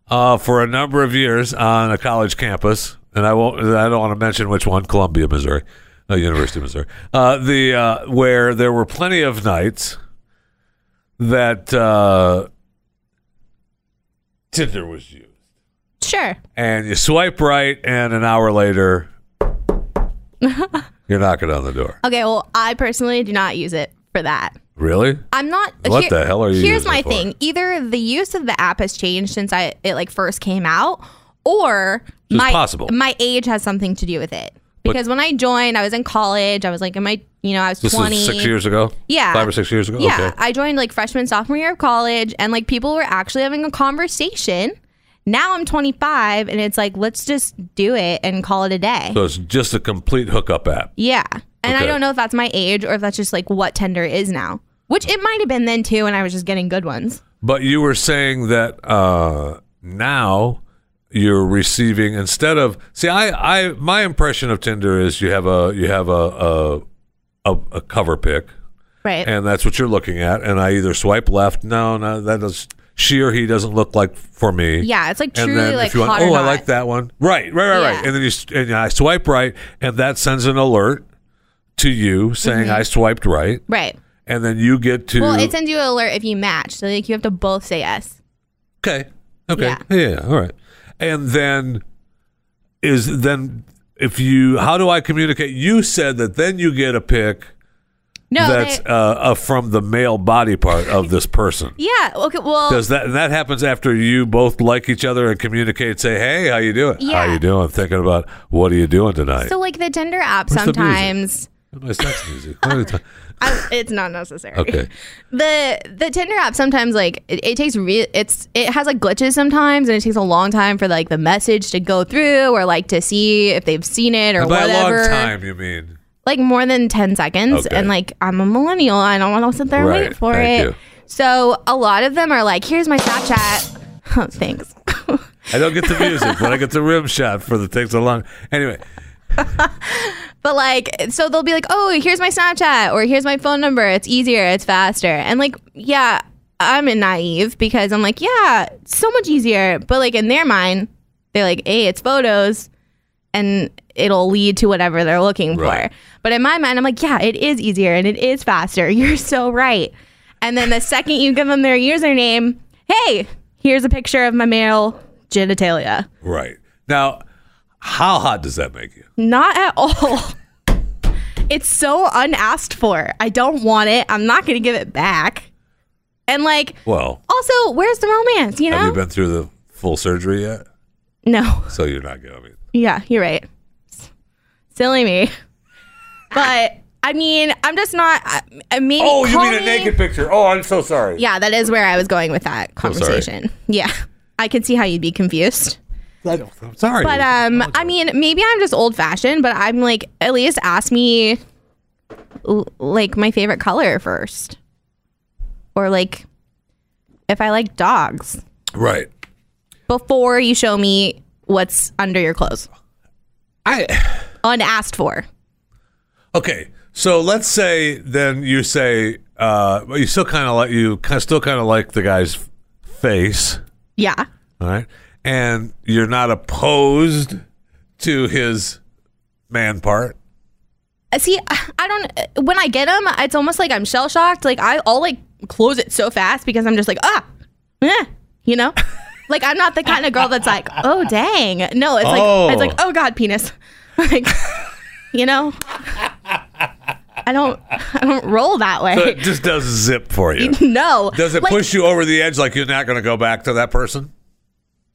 [SPEAKER 2] uh, for a number of years on a college campus, and I won't, I don't want to mention which one, Columbia, Missouri, uh, University of Missouri, uh, the uh, where there were plenty of nights that uh, Tinder was used,
[SPEAKER 5] Sure.
[SPEAKER 2] and you swipe right, and an hour later, you're knocking on the door.
[SPEAKER 5] Okay. Well, I personally do not use it for that.
[SPEAKER 2] Really?
[SPEAKER 5] I'm not.
[SPEAKER 2] What the hell are you
[SPEAKER 5] Here's
[SPEAKER 2] using
[SPEAKER 5] my
[SPEAKER 2] it for?
[SPEAKER 5] thing. Either the use of the app has changed since I it like first came out, or
[SPEAKER 2] Which is
[SPEAKER 5] my
[SPEAKER 2] possible.
[SPEAKER 5] my age has something to do with it. Because when I joined, I was in college. I was like in my you know I was
[SPEAKER 2] This
[SPEAKER 5] twenty.
[SPEAKER 2] is six years ago.
[SPEAKER 5] Yeah.
[SPEAKER 2] five or six years ago.
[SPEAKER 5] Yeah,
[SPEAKER 2] Okay.
[SPEAKER 5] I joined like freshman sophomore year of college, and like people were actually having a conversation. Now I'm 25, and it's like let's just do it and call it a day.
[SPEAKER 2] So it's just a complete hookup app.
[SPEAKER 5] Yeah. And
[SPEAKER 2] Okay.
[SPEAKER 5] I don't know if that's my age or if that's just like what Tinder is now, which it might have been then too. And I was just getting good ones.
[SPEAKER 2] But you were saying that uh, now you're receiving instead of see, I, I my impression of Tinder is you have a you have a a, a, a cover pick,
[SPEAKER 5] Right.
[SPEAKER 2] and that's what you're looking at, and I either swipe left. No, no, that does she or he doesn't look like for me.
[SPEAKER 5] yeah. It's like
[SPEAKER 2] And
[SPEAKER 5] truly
[SPEAKER 2] then
[SPEAKER 5] like
[SPEAKER 2] if you
[SPEAKER 5] hot
[SPEAKER 2] want, oh,
[SPEAKER 5] or
[SPEAKER 2] I
[SPEAKER 5] not.
[SPEAKER 2] like that one. Right, right, right, right.
[SPEAKER 5] Yeah.
[SPEAKER 2] And then you s- and I swipe right, and that sends an alert to you saying I swiped right,
[SPEAKER 5] Right.
[SPEAKER 2] and then you get to
[SPEAKER 5] Mm-hmm. Well, it sends you an alert if you match. So like you have to both say yes.
[SPEAKER 2] Okay. Okay. Yeah.
[SPEAKER 5] Yeah.
[SPEAKER 2] All right. And then is then if you how do I communicate? You said that then you get a pick
[SPEAKER 5] No.
[SPEAKER 2] that's
[SPEAKER 5] they-
[SPEAKER 2] uh, uh, from the male body part of this person.
[SPEAKER 5] yeah. Okay. Well,
[SPEAKER 2] Does that and that happens after you both like each other and communicate? Say, hey, how you doing? How
[SPEAKER 5] Yeah.
[SPEAKER 2] you doing? Thinking about what are you doing tonight?
[SPEAKER 5] so like the Tinder app
[SPEAKER 2] Where's the music?
[SPEAKER 5] sometimes.
[SPEAKER 2] My sex music. What are you talking-
[SPEAKER 5] I, it's not necessary.
[SPEAKER 2] Okay.
[SPEAKER 5] The the Tinder app sometimes like it, it takes re- it's it has like glitches sometimes and it takes a long time for like the message to go through or like to see if they've seen it or
[SPEAKER 2] And by
[SPEAKER 5] whatever.
[SPEAKER 2] a long time, you mean?
[SPEAKER 5] Like more than ten seconds,
[SPEAKER 2] Okay.
[SPEAKER 5] and like I'm a millennial, I don't want to sit there and
[SPEAKER 2] Right.
[SPEAKER 5] wait for
[SPEAKER 2] Thank
[SPEAKER 5] it.
[SPEAKER 2] you.
[SPEAKER 5] So a lot of them are like, "Here's my Snapchat." Oh, thanks.
[SPEAKER 2] I don't get the music, but I get the rim shot for the takes so long. Anyway,
[SPEAKER 5] But like, so they'll be like, oh, here's my Snapchat or here's my phone number. It's easier, it's faster. And like, yeah, I'm naive because I'm like, yeah, it's so much easier. But like in their mind, they're like, hey, it's photos. and it'll lead to whatever they're looking
[SPEAKER 2] Right.
[SPEAKER 5] for. But in my mind, I'm like, yeah, it is easier and it is faster. You're so right. And then the second you give them their username, hey, here's a picture of my male genitalia.
[SPEAKER 2] Right. Now, how hot does that make you?
[SPEAKER 5] Not at all. It's so unasked for. I don't want it. I'm not going to give it back. And like,
[SPEAKER 2] Well,
[SPEAKER 5] also, where's the romance? You know?
[SPEAKER 2] have you been through the full surgery yet?
[SPEAKER 5] no.
[SPEAKER 2] So you're not going to.
[SPEAKER 5] Yeah, you're right. S- Silly me. But I mean, I'm just not. I, I mean,
[SPEAKER 2] Oh, you
[SPEAKER 5] call
[SPEAKER 2] mean a
[SPEAKER 5] me-
[SPEAKER 2] naked picture. Oh, I'm so sorry.
[SPEAKER 5] Yeah, that is where I was going with that
[SPEAKER 2] sorry.
[SPEAKER 5] conversation. yeah, I can see how you'd be confused.
[SPEAKER 2] I'm sorry.
[SPEAKER 5] But um, I mean, maybe I'm just old fashioned, but I'm like, at least ask me l- like my favorite color first, or like if I like dogs
[SPEAKER 2] right.
[SPEAKER 5] before you show me what's under your clothes,
[SPEAKER 2] I
[SPEAKER 5] unasked for.
[SPEAKER 2] Okay. So let's say then you say uh well, you still kind of like you kind still kind of like the guy's f- face,
[SPEAKER 5] Yeah,
[SPEAKER 2] all right? And you're not opposed to his man part.
[SPEAKER 5] Uh, see, I don't. When I get them, it's almost like I'm shell shocked. Like I, I'll like close it so fast because I'm just like ah, eh, you know. Like I'm not the kind of girl that's like, oh dang, no. It's
[SPEAKER 2] Oh.
[SPEAKER 5] like it's like oh god, penis. Like, you know, I don't, I don't roll that
[SPEAKER 2] So it
[SPEAKER 5] way.
[SPEAKER 2] just does zip for you.
[SPEAKER 5] no.
[SPEAKER 2] Does it
[SPEAKER 5] Like,
[SPEAKER 2] push you over the edge like you're not going to go back to that person?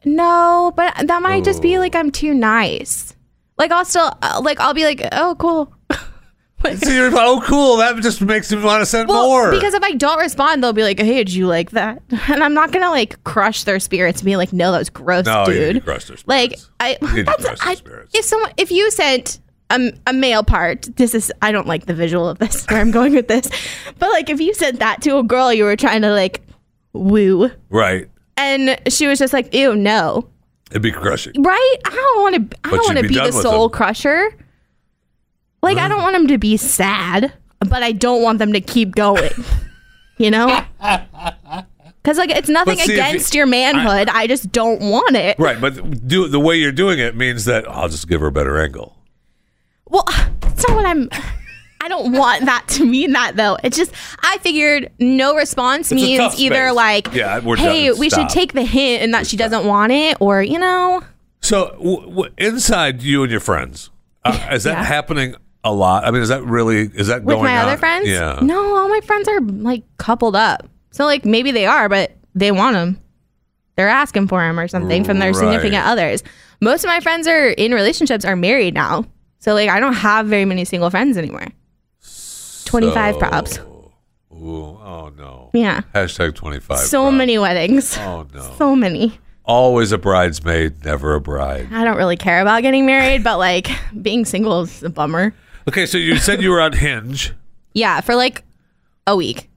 [SPEAKER 5] No, but that might just be like I'm too nice. Like I'll still, uh, like I'll be like, oh cool.
[SPEAKER 2] So you're like, oh, cool. That just makes me want to send
[SPEAKER 5] Well,
[SPEAKER 2] more.
[SPEAKER 5] because if I don't respond, they'll be like, "Hey, did you like that?" And I'm not gonna like crush their spirits and be like, "No, that was gross,
[SPEAKER 2] No, you need to
[SPEAKER 5] dude."
[SPEAKER 2] crush their
[SPEAKER 5] Like
[SPEAKER 2] spirits.
[SPEAKER 5] I,
[SPEAKER 2] You need to
[SPEAKER 5] that's,
[SPEAKER 2] crush their
[SPEAKER 5] I
[SPEAKER 2] spirits.
[SPEAKER 5] if someone if you sent a, a male part, this is I don't like the visual of this where I'm going with this, but like if you sent that to a girl you were trying to like woo,
[SPEAKER 2] right.
[SPEAKER 5] and she was just like, "Ew, no."
[SPEAKER 2] It'd be crushing.
[SPEAKER 5] Right? I don't want to.
[SPEAKER 2] But
[SPEAKER 5] I don't want
[SPEAKER 2] you'd
[SPEAKER 5] to
[SPEAKER 2] be
[SPEAKER 5] be, the
[SPEAKER 2] done with
[SPEAKER 5] soul
[SPEAKER 2] them. Mm.
[SPEAKER 5] crusher. Like I don't want them to be sad, but I don't want them to keep going. you know? Because like it's nothing
[SPEAKER 2] see, if
[SPEAKER 5] against
[SPEAKER 2] you-
[SPEAKER 5] your manhood. I, just don't want it.
[SPEAKER 2] Right. But do the way you're doing it means that I'll just give her a better angle.
[SPEAKER 5] Well, that's not what I'm. I don't want that to mean that though. It's just I figured no response
[SPEAKER 2] a tough
[SPEAKER 5] means either
[SPEAKER 2] space.
[SPEAKER 5] like,
[SPEAKER 2] Yeah, we're done.
[SPEAKER 5] hey, we
[SPEAKER 2] Stop.
[SPEAKER 5] should take the hint and that she doesn't want it, or you know,
[SPEAKER 2] So w- w- inside you and your friends, uh, is that
[SPEAKER 5] Yeah.
[SPEAKER 2] happening a lot? I mean, is that really is that
[SPEAKER 5] with
[SPEAKER 2] going
[SPEAKER 5] my other
[SPEAKER 2] on?
[SPEAKER 5] friends?
[SPEAKER 2] Yeah.
[SPEAKER 5] No, all my friends are like coupled up. So like maybe they are, but they want them. They're asking for them or something from their
[SPEAKER 2] Right.
[SPEAKER 5] significant others. Most of my friends are in relationships are married now. So like I don't have very many single friends anymore. 25 props.
[SPEAKER 2] Ooh, oh no.
[SPEAKER 5] Yeah.
[SPEAKER 2] Hashtag twenty five.
[SPEAKER 5] So many weddings.
[SPEAKER 2] Oh no.
[SPEAKER 5] So many.
[SPEAKER 2] Always a bridesmaid, never a bride.
[SPEAKER 5] I don't really care about getting married, but like being single is a bummer.
[SPEAKER 2] Okay, so you said you were on Hinge
[SPEAKER 5] Yeah, for like a week.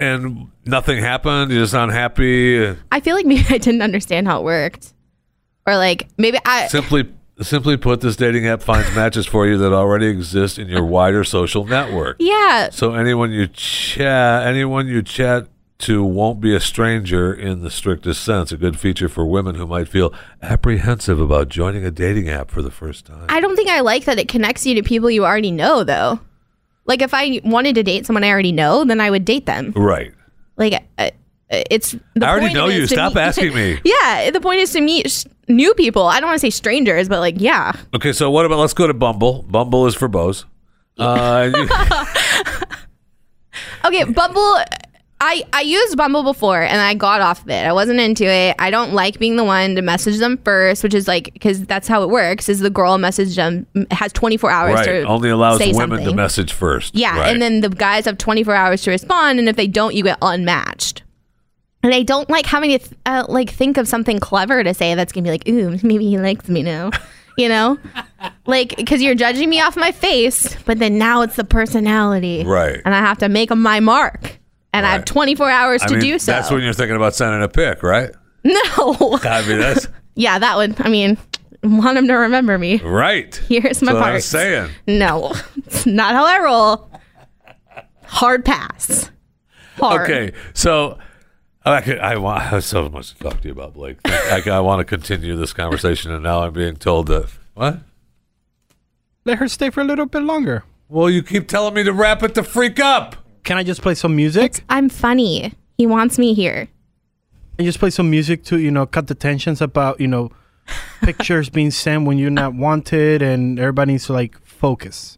[SPEAKER 2] and nothing happened. You're just unhappy.
[SPEAKER 5] I feel like maybe I didn't understand how it worked. Or like maybe I
[SPEAKER 2] Simply, simply put, this dating app finds matches for you that already exist in your wider social network.
[SPEAKER 5] yeah,
[SPEAKER 2] So anyone you chat, anyone you chat to won't be a stranger in the strictest sense. A good feature for women who might feel apprehensive about joining a dating app for the first time.
[SPEAKER 5] I don't think I like that it connects you to people you already know, though. Like, if I wanted to date someone I already know, then I would date them.
[SPEAKER 2] right.
[SPEAKER 5] Like, uh, it's. The
[SPEAKER 2] I already
[SPEAKER 5] point
[SPEAKER 2] know
[SPEAKER 5] of it
[SPEAKER 2] you.
[SPEAKER 5] is to
[SPEAKER 2] Stop
[SPEAKER 5] meet-
[SPEAKER 2] asking me.
[SPEAKER 5] yeah, the point is to meet s- new people. I don't want to say strangers, but like, yeah.
[SPEAKER 2] Okay. So what about? Let's go to Bumble. Bumble is for bows. Uh, you-
[SPEAKER 5] Okay, Bumble. I, I used Bumble before and I got off of it. I wasn't into it. I don't like being the one to message them first, which is like because that's how it works. Is the girl message them has twenty four hours
[SPEAKER 2] right.
[SPEAKER 5] to
[SPEAKER 2] Only allows
[SPEAKER 5] say
[SPEAKER 2] women
[SPEAKER 5] something.
[SPEAKER 2] to message first.
[SPEAKER 5] Yeah,
[SPEAKER 2] Right.
[SPEAKER 5] and then the guys have 24 hours to respond, and if they don't, you get unmatched. And I don't like having to th- uh, like think of something clever to say that's gonna be like, ooh, maybe he likes me now, you know, like because you're judging me off my face, but then now it's the personality,
[SPEAKER 2] Right.
[SPEAKER 5] And I have to make my mark, and I have
[SPEAKER 2] Right.
[SPEAKER 5] 24 hours
[SPEAKER 2] I
[SPEAKER 5] to
[SPEAKER 2] mean,
[SPEAKER 5] do so.
[SPEAKER 2] That's when you're thinking about sending a pic, right?
[SPEAKER 5] no,
[SPEAKER 2] I mean, that's
[SPEAKER 5] yeah, that would. I mean, want him to remember me.
[SPEAKER 2] right.
[SPEAKER 5] Here's my
[SPEAKER 2] So I'm
[SPEAKER 5] part.
[SPEAKER 2] saying.
[SPEAKER 5] No, it's not how I roll. Hard pass. Hard.
[SPEAKER 2] Okay, so I could, I want I have so much to talk to you about, Blake. I, I want to continue this conversation, and now I'm being told that what?
[SPEAKER 6] Let her stay for a little bit longer.
[SPEAKER 2] Well, you keep telling me to wrap it to freak up.
[SPEAKER 6] Can I just play some music?
[SPEAKER 5] I'm funny. He wants me here.
[SPEAKER 6] And just play some music to, you know, cut the tensions about, you know, pictures being sent when you're not wanted and everybody needs to like focus.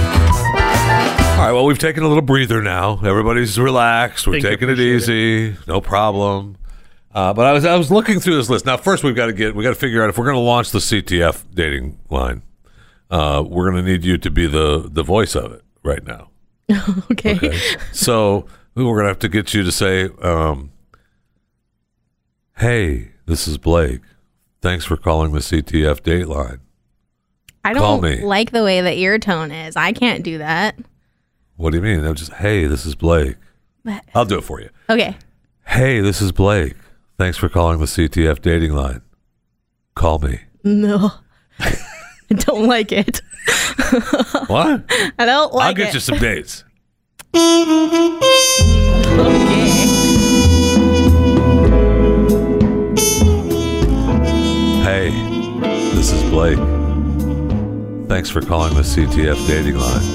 [SPEAKER 2] All right. Well, we've taken a little breather now. Everybody's relaxed. We're
[SPEAKER 6] Thank you,
[SPEAKER 2] taking it
[SPEAKER 6] appreciate
[SPEAKER 2] easy. No problem. Uh, but I was I was looking through this list. Now, first we've got to get we got to figure out if we're going to launch the CTF dating line. Uh, we're going to need you to be the the voice of it right now.
[SPEAKER 5] Okay.
[SPEAKER 2] so we're going to have to get you to say, um, "Hey, this is Blake. Thanks for calling the CTF Dateline.
[SPEAKER 5] I
[SPEAKER 2] Call
[SPEAKER 5] don't
[SPEAKER 2] me.
[SPEAKER 5] like the way the ear tone is. I can't do that.
[SPEAKER 2] What do you mean? I'm just hey, this is Blake.
[SPEAKER 5] But-
[SPEAKER 2] I'll do it for you.
[SPEAKER 5] Okay.
[SPEAKER 2] Hey, this is Blake. Thanks for calling the CTF Dating Line. Call me.
[SPEAKER 5] No. I don't like it.
[SPEAKER 2] What?
[SPEAKER 5] I don't like
[SPEAKER 2] I'll get
[SPEAKER 5] it.
[SPEAKER 2] you some dates. Hey, this is Blake. Thanks for calling the CTF dating line.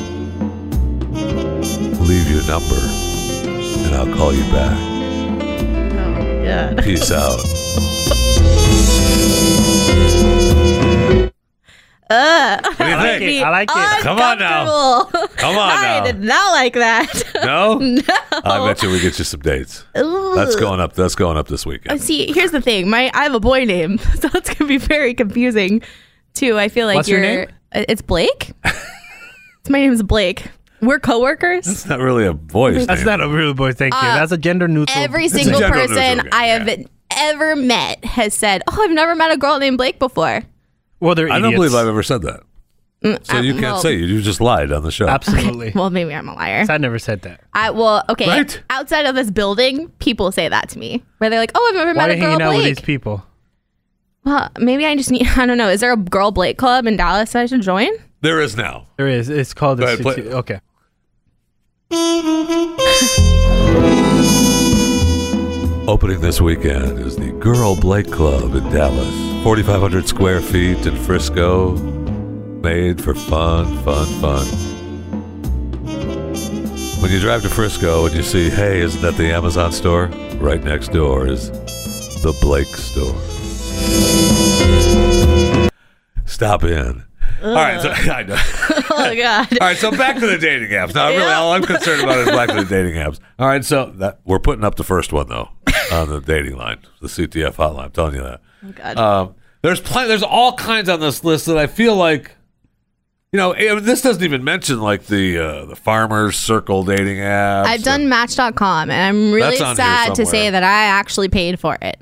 [SPEAKER 2] Leave your number and I'll call you back.
[SPEAKER 5] Oh, God.
[SPEAKER 2] Peace out.
[SPEAKER 6] Uh,
[SPEAKER 5] Ugh.
[SPEAKER 2] What do you
[SPEAKER 3] like
[SPEAKER 2] think?
[SPEAKER 3] it. I like it.
[SPEAKER 2] Come on now.
[SPEAKER 5] Uncomfortable.
[SPEAKER 2] Come on
[SPEAKER 5] I
[SPEAKER 2] now.
[SPEAKER 5] did not like that.
[SPEAKER 2] No? No. I bet you we get you some dates. That's
[SPEAKER 5] Ooh.
[SPEAKER 2] going up. That's going up this
[SPEAKER 5] Uh,
[SPEAKER 2] weekend.
[SPEAKER 5] See, here's the thing. My I have a boy name, so it's gonna be very confusing, too. I feel like
[SPEAKER 6] What's your
[SPEAKER 5] you're.
[SPEAKER 6] name?
[SPEAKER 5] Uh, It's Blake. It's- my name is Blake. We're coworkers.
[SPEAKER 2] It's not really a voice.
[SPEAKER 6] That's
[SPEAKER 2] name.
[SPEAKER 6] not a real boy, thank you. That's a gender neutral.
[SPEAKER 5] Uh, Every single
[SPEAKER 2] gender
[SPEAKER 5] person
[SPEAKER 2] neutral game,
[SPEAKER 5] I have ever met has said, "Oh, I've never met a girl named Blake before."
[SPEAKER 6] well, they're
[SPEAKER 2] I don't
[SPEAKER 6] idiots. Mm, uh,
[SPEAKER 2] believe I've ever said that. So you
[SPEAKER 5] um,
[SPEAKER 2] can't
[SPEAKER 5] well-
[SPEAKER 2] say you, you just lied on the show.
[SPEAKER 6] Absolutely.
[SPEAKER 5] Well, maybe I'm a liar.
[SPEAKER 6] I never said that.
[SPEAKER 5] I well, okay.
[SPEAKER 2] Right?
[SPEAKER 5] Outside of this building, people say that to me, where they're like, "Oh, I've never
[SPEAKER 6] Why
[SPEAKER 5] met
[SPEAKER 6] are
[SPEAKER 5] a
[SPEAKER 6] you
[SPEAKER 5] girl
[SPEAKER 6] hanging out with these
[SPEAKER 5] Blake."
[SPEAKER 6] people?
[SPEAKER 5] Well, maybe I just need. I don't know. Is there a girl Blake club in Dallas that I should join?
[SPEAKER 2] There is now.
[SPEAKER 6] There is. It's called
[SPEAKER 2] Go
[SPEAKER 6] the
[SPEAKER 2] ahead, play-
[SPEAKER 6] situ- Okay.
[SPEAKER 2] Opening this weekend is the Girl Blake Club in Dallas. 4,500 square feet in Frisco. Made for fun, fun, fun. When you drive to Frisco and you see, hey, isn't that the Amazon store? Right next door is the Blake store. Stop in. All right, so I know.
[SPEAKER 5] Oh God.
[SPEAKER 2] All right, so back to the dating apps. Now, really,
[SPEAKER 5] Yeah.
[SPEAKER 2] all I'm concerned about is back to the dating apps. All right, so that we're putting up the first one though on the dating line, the CTF hotline. I'm telling you that.
[SPEAKER 5] Oh, God.
[SPEAKER 2] Um, there's plenty. There's all kinds on this list that I feel like, you know, eh, this doesn't even mention like the uh, the farmers circle dating apps.
[SPEAKER 5] I've done Match.com, and I'm really
[SPEAKER 2] That's on here
[SPEAKER 5] sad to
[SPEAKER 2] somewhere.
[SPEAKER 5] say that I actually paid for it.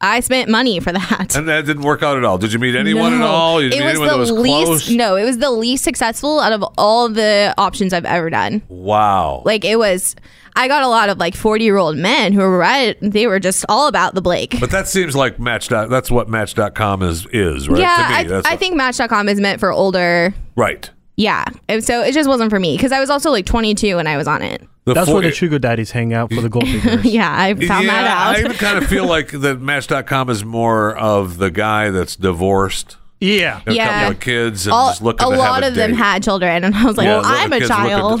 [SPEAKER 5] I spent money for that.
[SPEAKER 2] and that didn't work out at all. Did you meet anyone at
[SPEAKER 5] No.
[SPEAKER 2] all? You didn't
[SPEAKER 5] it
[SPEAKER 2] meet
[SPEAKER 5] was the
[SPEAKER 2] anyone that was
[SPEAKER 5] least.
[SPEAKER 2] close?
[SPEAKER 5] No, it was the least successful out of all the options I've ever done.
[SPEAKER 2] Wow.
[SPEAKER 5] Like it was. I got a lot of like 40 year old men who were right. They were just all about the Blake.
[SPEAKER 2] but that seems like Match. dot- That's what Match.com is is right
[SPEAKER 5] yeah,
[SPEAKER 2] to me.
[SPEAKER 5] I,
[SPEAKER 2] that's
[SPEAKER 5] I
[SPEAKER 2] what-
[SPEAKER 5] think Match.com is meant for older.
[SPEAKER 2] right.
[SPEAKER 5] Yeah, and so it just wasn't for me because I was also like 22 when I was on it.
[SPEAKER 2] The
[SPEAKER 6] That's where
[SPEAKER 2] four-
[SPEAKER 6] the sugar daddies hang out for the gold diggers.
[SPEAKER 5] Yeah, I found
[SPEAKER 2] yeah,
[SPEAKER 5] that out.
[SPEAKER 2] I even kind of feel like that Match.com is more of the guy that's divorced,
[SPEAKER 6] yeah.
[SPEAKER 2] a
[SPEAKER 5] Yeah.
[SPEAKER 2] couple of kids, and
[SPEAKER 5] All-
[SPEAKER 2] just looking
[SPEAKER 5] a
[SPEAKER 2] to
[SPEAKER 5] lot
[SPEAKER 2] have a
[SPEAKER 5] of them
[SPEAKER 2] date.
[SPEAKER 5] had children, and I was like,
[SPEAKER 2] Yeah,
[SPEAKER 5] "Well,
[SPEAKER 2] little
[SPEAKER 5] I'm a
[SPEAKER 2] kids
[SPEAKER 5] child."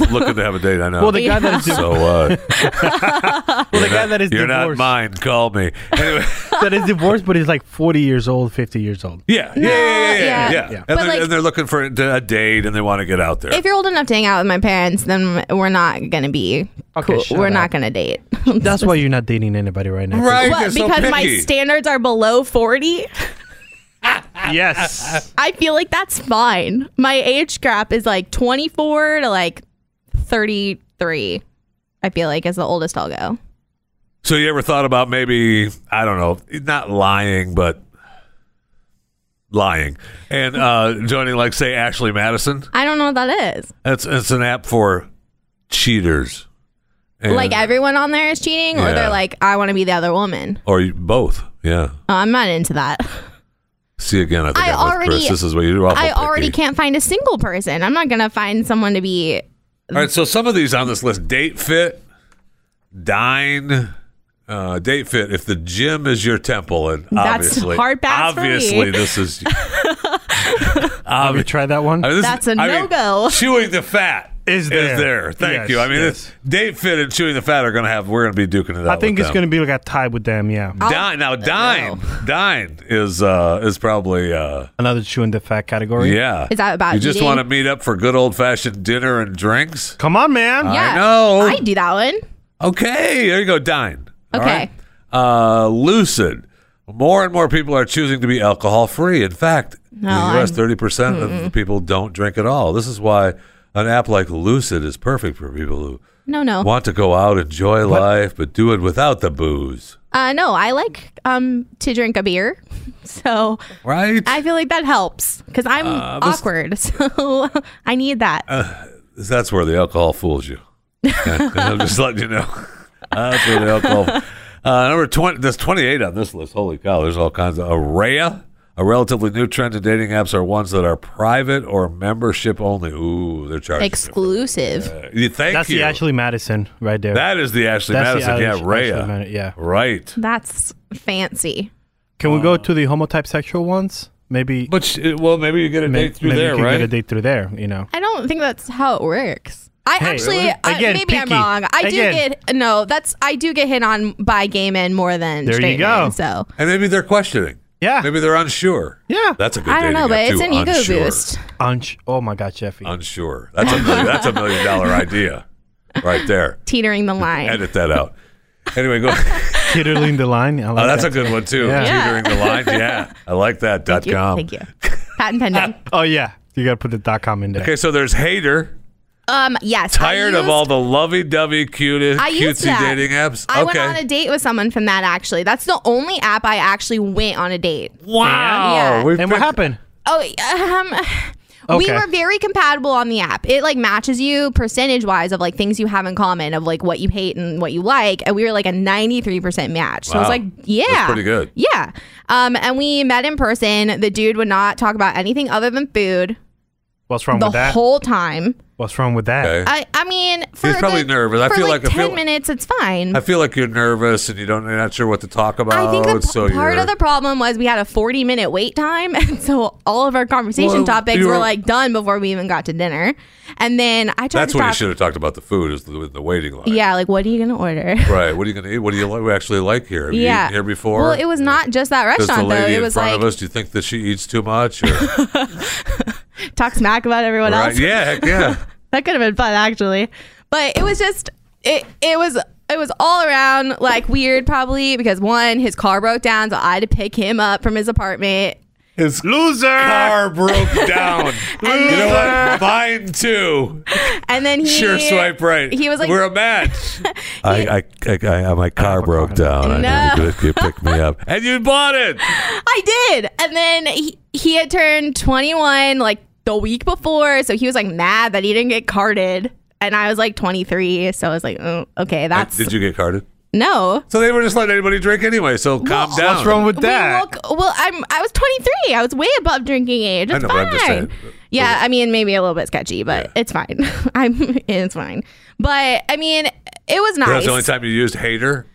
[SPEAKER 2] Looking to, looking to have a date, I know.
[SPEAKER 6] Well, the guy that is
[SPEAKER 2] so what?
[SPEAKER 6] well, the guy that is
[SPEAKER 2] You're not
[SPEAKER 6] divorced,
[SPEAKER 2] mine. Call me. Anyway,
[SPEAKER 6] that is divorced, but he's like 40 years old, 50 years old.
[SPEAKER 2] yeah, yeah, yeah, yeah, yeah.
[SPEAKER 5] yeah.
[SPEAKER 2] yeah.
[SPEAKER 6] Yeah.
[SPEAKER 2] And,
[SPEAKER 5] But
[SPEAKER 2] they're,
[SPEAKER 5] like-
[SPEAKER 2] and they're looking for a date, and they want to get out there.
[SPEAKER 5] if you're old enough to hang out with my parents, then we're not gonna be
[SPEAKER 6] Okay,
[SPEAKER 5] cool.
[SPEAKER 6] shut
[SPEAKER 5] We're
[SPEAKER 6] up.
[SPEAKER 5] not gonna date.
[SPEAKER 6] That's why you're not dating anybody right now.
[SPEAKER 2] right?
[SPEAKER 5] What,
[SPEAKER 2] they're
[SPEAKER 5] because
[SPEAKER 2] so
[SPEAKER 5] my
[SPEAKER 2] picky.
[SPEAKER 5] standards are below 40,
[SPEAKER 6] Yes.
[SPEAKER 5] I feel like that's fine. My age gap is like 24 to like 33. I feel like is the oldest I'll go.
[SPEAKER 2] So you ever thought about maybe I don't know, not lying, but lying and uh, joining, like say Ashley Madison.
[SPEAKER 5] I don't know what that is.
[SPEAKER 2] It's it's an app for cheaters, And-
[SPEAKER 5] Like everyone on there is cheating, or
[SPEAKER 2] Yeah.
[SPEAKER 5] they're like, I want to be the other woman.
[SPEAKER 2] or you- both. Yeah.
[SPEAKER 5] Oh, I'm not into that.
[SPEAKER 2] See again. I think
[SPEAKER 5] I
[SPEAKER 2] I'm with
[SPEAKER 5] already-
[SPEAKER 2] Chris. This is what you're awful
[SPEAKER 5] I already
[SPEAKER 2] picky.
[SPEAKER 5] can't find a single person. I'm not gonna find someone to be
[SPEAKER 2] All right, so some of these on this list: Date Fit, Dine, uh, Date Fit. If the gym is your temple, and
[SPEAKER 5] That's
[SPEAKER 2] obviously,
[SPEAKER 5] hard pass for me.
[SPEAKER 2] obviously, this is.
[SPEAKER 6] Have you tried that one?
[SPEAKER 2] I mean, this
[SPEAKER 5] That's
[SPEAKER 2] is-
[SPEAKER 5] a
[SPEAKER 2] I mean,
[SPEAKER 5] no-go.
[SPEAKER 2] Chewing the fat
[SPEAKER 6] Is there.
[SPEAKER 2] Thank
[SPEAKER 6] Yes,
[SPEAKER 2] you. I mean,
[SPEAKER 6] yes.
[SPEAKER 2] Date Fit and chewing the fat are going to have. We're going to be duking it out.
[SPEAKER 6] I think it's going to be like a tie with them. Yeah,
[SPEAKER 2] to dine now. Dine, dine is uh, is probably uh,
[SPEAKER 6] another chew in the fat category.
[SPEAKER 2] yeah.
[SPEAKER 5] Is that about
[SPEAKER 2] you just
[SPEAKER 5] eating?
[SPEAKER 2] want to meet up for good old fashioned dinner and drinks?
[SPEAKER 6] Come on, man.
[SPEAKER 2] Uh,
[SPEAKER 5] Yeah,
[SPEAKER 2] know.
[SPEAKER 5] I do that one.
[SPEAKER 2] Okay, there you go, dine. All right.
[SPEAKER 5] Okay.
[SPEAKER 2] Uh, lucid. More and more people are choosing to be alcohol free. In fact, in the
[SPEAKER 5] No, Hmm.
[SPEAKER 2] U.S., thirty percent of people don't drink at all. This is why an app like Lucid is perfect for people who
[SPEAKER 5] No, no.
[SPEAKER 2] want to go out, enjoy life, but do it without the booze.
[SPEAKER 5] Uh, no, I like um to drink a beer, so
[SPEAKER 2] Right?
[SPEAKER 5] I feel like that helps because I'm
[SPEAKER 6] Uh,
[SPEAKER 5] awkward, so I need that.
[SPEAKER 6] Oh,
[SPEAKER 2] That's where the alcohol fools you. I'm just letting you know. That's where the alcohol. Uh, number twenty. There's 28 on this list. Holy cow! There's all kinds of Araya. A relatively new trend in dating apps are ones that are private or membership only. Ooh, they're charging.
[SPEAKER 5] Exclusive.
[SPEAKER 2] Uh, you- Thank
[SPEAKER 6] That's
[SPEAKER 2] you.
[SPEAKER 6] the Ashley Madison right there.
[SPEAKER 2] that is the Ashley
[SPEAKER 6] That's the
[SPEAKER 2] Madison. yeah,
[SPEAKER 6] Ash-
[SPEAKER 2] Raya.
[SPEAKER 6] Ashley Madison, yeah.
[SPEAKER 2] Right.
[SPEAKER 5] That's fancy.
[SPEAKER 6] Can we go to the homotype sexual ones? Maybe.
[SPEAKER 2] But sh- well, maybe you get a
[SPEAKER 6] may-
[SPEAKER 2] date through
[SPEAKER 6] maybe
[SPEAKER 2] there,
[SPEAKER 6] you can
[SPEAKER 2] right?
[SPEAKER 6] get a date through there. You know.
[SPEAKER 5] I don't think that's how it works. I
[SPEAKER 6] Hey,
[SPEAKER 5] actually,
[SPEAKER 6] really?
[SPEAKER 5] uh,
[SPEAKER 6] Again,
[SPEAKER 5] maybe I'm
[SPEAKER 6] picky.
[SPEAKER 5] wrong. I do
[SPEAKER 6] Again.
[SPEAKER 5] get no. That's I do get hit on by gay men more than
[SPEAKER 6] There you
[SPEAKER 5] straight
[SPEAKER 6] go.
[SPEAKER 5] men. So
[SPEAKER 2] and maybe they're questioning.
[SPEAKER 6] Yeah.
[SPEAKER 2] Maybe they're unsure.
[SPEAKER 6] Yeah.
[SPEAKER 2] That's a good.
[SPEAKER 5] I don't
[SPEAKER 2] dating
[SPEAKER 5] know, but
[SPEAKER 2] app,
[SPEAKER 5] it's
[SPEAKER 2] too,
[SPEAKER 5] an ego
[SPEAKER 2] unsure.
[SPEAKER 5] boost.
[SPEAKER 6] Unch. Oh my God, Jeffy.
[SPEAKER 2] Unsure. That's a million, that's a million dollar idea, right there.
[SPEAKER 5] Teetering the line.
[SPEAKER 2] Edit that out. Anyway, go.
[SPEAKER 6] Tiddling the line. I like
[SPEAKER 2] Oh, that's a
[SPEAKER 6] that.
[SPEAKER 2] good one too.
[SPEAKER 6] Yeah.
[SPEAKER 5] Yeah.
[SPEAKER 2] Teetering the line. Yeah, I like that. Dot
[SPEAKER 5] Thank you.
[SPEAKER 2] com.
[SPEAKER 5] Thank you. Patent pending.
[SPEAKER 6] oh yeah. You gotta put the dot com in there.
[SPEAKER 2] Okay, so there's hater.
[SPEAKER 5] Um, yes. I
[SPEAKER 2] Tired of
[SPEAKER 5] used-
[SPEAKER 2] all the lovey-dovey, cutest,
[SPEAKER 5] I used
[SPEAKER 2] cutesy
[SPEAKER 5] that.
[SPEAKER 2] dating apps.
[SPEAKER 5] I went
[SPEAKER 2] okay.
[SPEAKER 5] on a date with someone from that. Actually, that's the only app I actually went on a date.
[SPEAKER 2] wow.
[SPEAKER 5] Yeah.
[SPEAKER 2] we
[SPEAKER 6] And what
[SPEAKER 2] picked-
[SPEAKER 6] happened?
[SPEAKER 5] Oh, um, we
[SPEAKER 6] Okay.
[SPEAKER 5] were very compatible on the app. It like matches you percentage wise of like things you have in common of like what you hate and what you like, and we were like a ninety three percent match. So I was
[SPEAKER 2] Wow.
[SPEAKER 5] like, yeah,
[SPEAKER 2] That's pretty good.
[SPEAKER 5] Yeah, um, and we met in person. The dude would not talk about anything other than food
[SPEAKER 6] What's wrong
[SPEAKER 5] the
[SPEAKER 6] with that?
[SPEAKER 5] whole time.
[SPEAKER 6] What's wrong with that?
[SPEAKER 2] Okay.
[SPEAKER 5] I, I mean, for
[SPEAKER 2] He's probably
[SPEAKER 5] the-
[SPEAKER 2] nervous. I
[SPEAKER 5] for,
[SPEAKER 2] feel
[SPEAKER 5] like,
[SPEAKER 2] like- I
[SPEAKER 5] ten
[SPEAKER 2] feel like-
[SPEAKER 5] minutes, it's fine.
[SPEAKER 2] I feel like you're nervous and you don't. You're not sure what to talk about.
[SPEAKER 5] I think the p-
[SPEAKER 2] so
[SPEAKER 5] part
[SPEAKER 2] you're,
[SPEAKER 5] of the problem was we had a 40 minute wait time. And so all of our conversation
[SPEAKER 2] Well,
[SPEAKER 5] topics
[SPEAKER 2] you
[SPEAKER 5] were
[SPEAKER 2] were-
[SPEAKER 5] like done before we even got to dinner. And then I tried
[SPEAKER 2] That's
[SPEAKER 5] to
[SPEAKER 2] when you
[SPEAKER 5] talk.
[SPEAKER 2] should have talked about the food is the, the waiting line.
[SPEAKER 5] yeah, like, what are you going to order?
[SPEAKER 2] Right. What are you gonna eat? What do you like, actually like here? Have you
[SPEAKER 5] yeah.
[SPEAKER 2] eaten here before?
[SPEAKER 5] Well, it was not just that
[SPEAKER 2] Does the
[SPEAKER 5] restaurant, though.
[SPEAKER 2] lady
[SPEAKER 5] It
[SPEAKER 2] in
[SPEAKER 5] was
[SPEAKER 2] front
[SPEAKER 5] like,
[SPEAKER 2] of us, do you think that she eats too much? Or,
[SPEAKER 5] talk smack about everyone
[SPEAKER 2] right?
[SPEAKER 5] else.
[SPEAKER 2] Yeah, heck yeah.
[SPEAKER 5] That could have been fun, actually. But it was just, it, it was. It was all around like weird, probably because one, his car broke down, so I had to pick him up from his apartment.
[SPEAKER 2] His loser car broke down. you know what? Mine too.
[SPEAKER 5] And then he
[SPEAKER 2] Sure, swipe right.
[SPEAKER 5] He was like,
[SPEAKER 2] "We're a match." I, I, I, I, uh, my car broke down. I
[SPEAKER 5] No.
[SPEAKER 2] know you could- you picked me up, and you bought it.
[SPEAKER 5] I did. And then he, he had turned 21 like the week before. So he was like mad that he didn't get carded. And I was like 23. So I was like, oh, okay, that's
[SPEAKER 2] Did you get carded?
[SPEAKER 5] no.
[SPEAKER 2] So they were just letting anybody drink anyway. So calm down.
[SPEAKER 6] What's wrong with
[SPEAKER 5] We
[SPEAKER 6] that?
[SPEAKER 5] woke- well, I'm, I was 23. I was way above drinking age.
[SPEAKER 2] I
[SPEAKER 5] It's
[SPEAKER 2] know, but
[SPEAKER 5] fine.
[SPEAKER 2] I'm just saying. uh,
[SPEAKER 5] Yeah, I mean, maybe a little bit sketchy, but it's fine. I'm, it's fine. But I mean, it was nice.
[SPEAKER 2] That's the only time you used hater.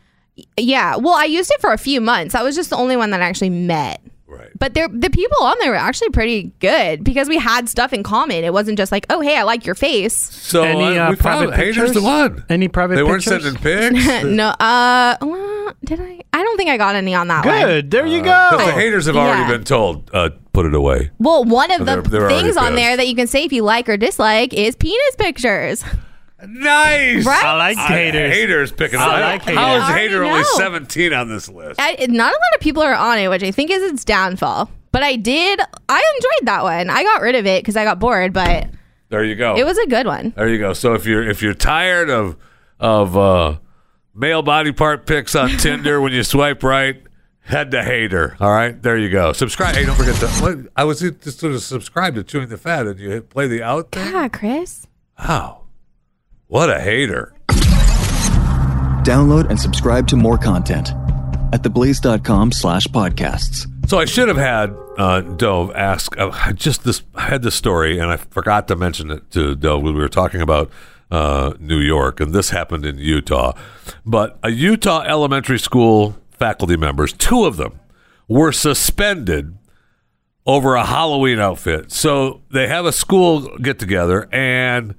[SPEAKER 5] Yeah. Well, I used it for a few months. That was just the only one that I actually met.
[SPEAKER 2] Right.
[SPEAKER 5] But there, the people on there were actually pretty good because we had stuff in common. It wasn't just like, oh, hey, I like your face.
[SPEAKER 2] So
[SPEAKER 6] Any,
[SPEAKER 2] uh,
[SPEAKER 6] uh,
[SPEAKER 2] we found
[SPEAKER 6] private
[SPEAKER 2] haters the
[SPEAKER 6] pictures?
[SPEAKER 2] one.
[SPEAKER 6] Any private
[SPEAKER 2] They weren't
[SPEAKER 6] pictures?
[SPEAKER 2] sending pics.
[SPEAKER 5] no, uh, well, did I? I don't think I got any on that one.
[SPEAKER 6] Good. There you
[SPEAKER 2] Because
[SPEAKER 6] go.
[SPEAKER 2] the haters have
[SPEAKER 5] Oh, Yeah.
[SPEAKER 2] already been told, uh, put it away.
[SPEAKER 5] Well, one of the
[SPEAKER 2] They're- they're already
[SPEAKER 5] things on there
[SPEAKER 2] pissed.
[SPEAKER 5] that you can say if you like or dislike is penis pictures.
[SPEAKER 2] Nice.
[SPEAKER 5] Right?
[SPEAKER 6] I like haters.
[SPEAKER 2] Haters picking
[SPEAKER 6] I
[SPEAKER 2] up.
[SPEAKER 6] like
[SPEAKER 2] How is
[SPEAKER 5] haters.
[SPEAKER 2] hater
[SPEAKER 5] I
[SPEAKER 2] only
[SPEAKER 5] know.
[SPEAKER 2] 17 on this list?
[SPEAKER 5] I, not a lot of people are on it, which I think is its downfall. But I did, I enjoyed that one. I got rid of it because I got bored, but
[SPEAKER 2] There you go.
[SPEAKER 5] it was a good one.
[SPEAKER 2] there you go. So if you're if you're tired of of uh, male body part pics on Tinder when you swipe right, head to hater. All right, there you go. Subscribe. Hey, don't forget to. What, I was just sort of subscribe to Chewing the Fat, and you hit play the out thing.
[SPEAKER 5] Yeah, Chris.
[SPEAKER 2] Wow, what a hater!
[SPEAKER 1] Download and subscribe to more content at theblaze.com slash podcasts.
[SPEAKER 2] So I should have had uh, Dove ask. Uh, I just this I had this story, and I forgot to mention it to Dove when we were talking about uh, New York, and this happened in Utah. But a Utah elementary school faculty members, two of them, were suspended over a Halloween outfit. So they have a school get together, and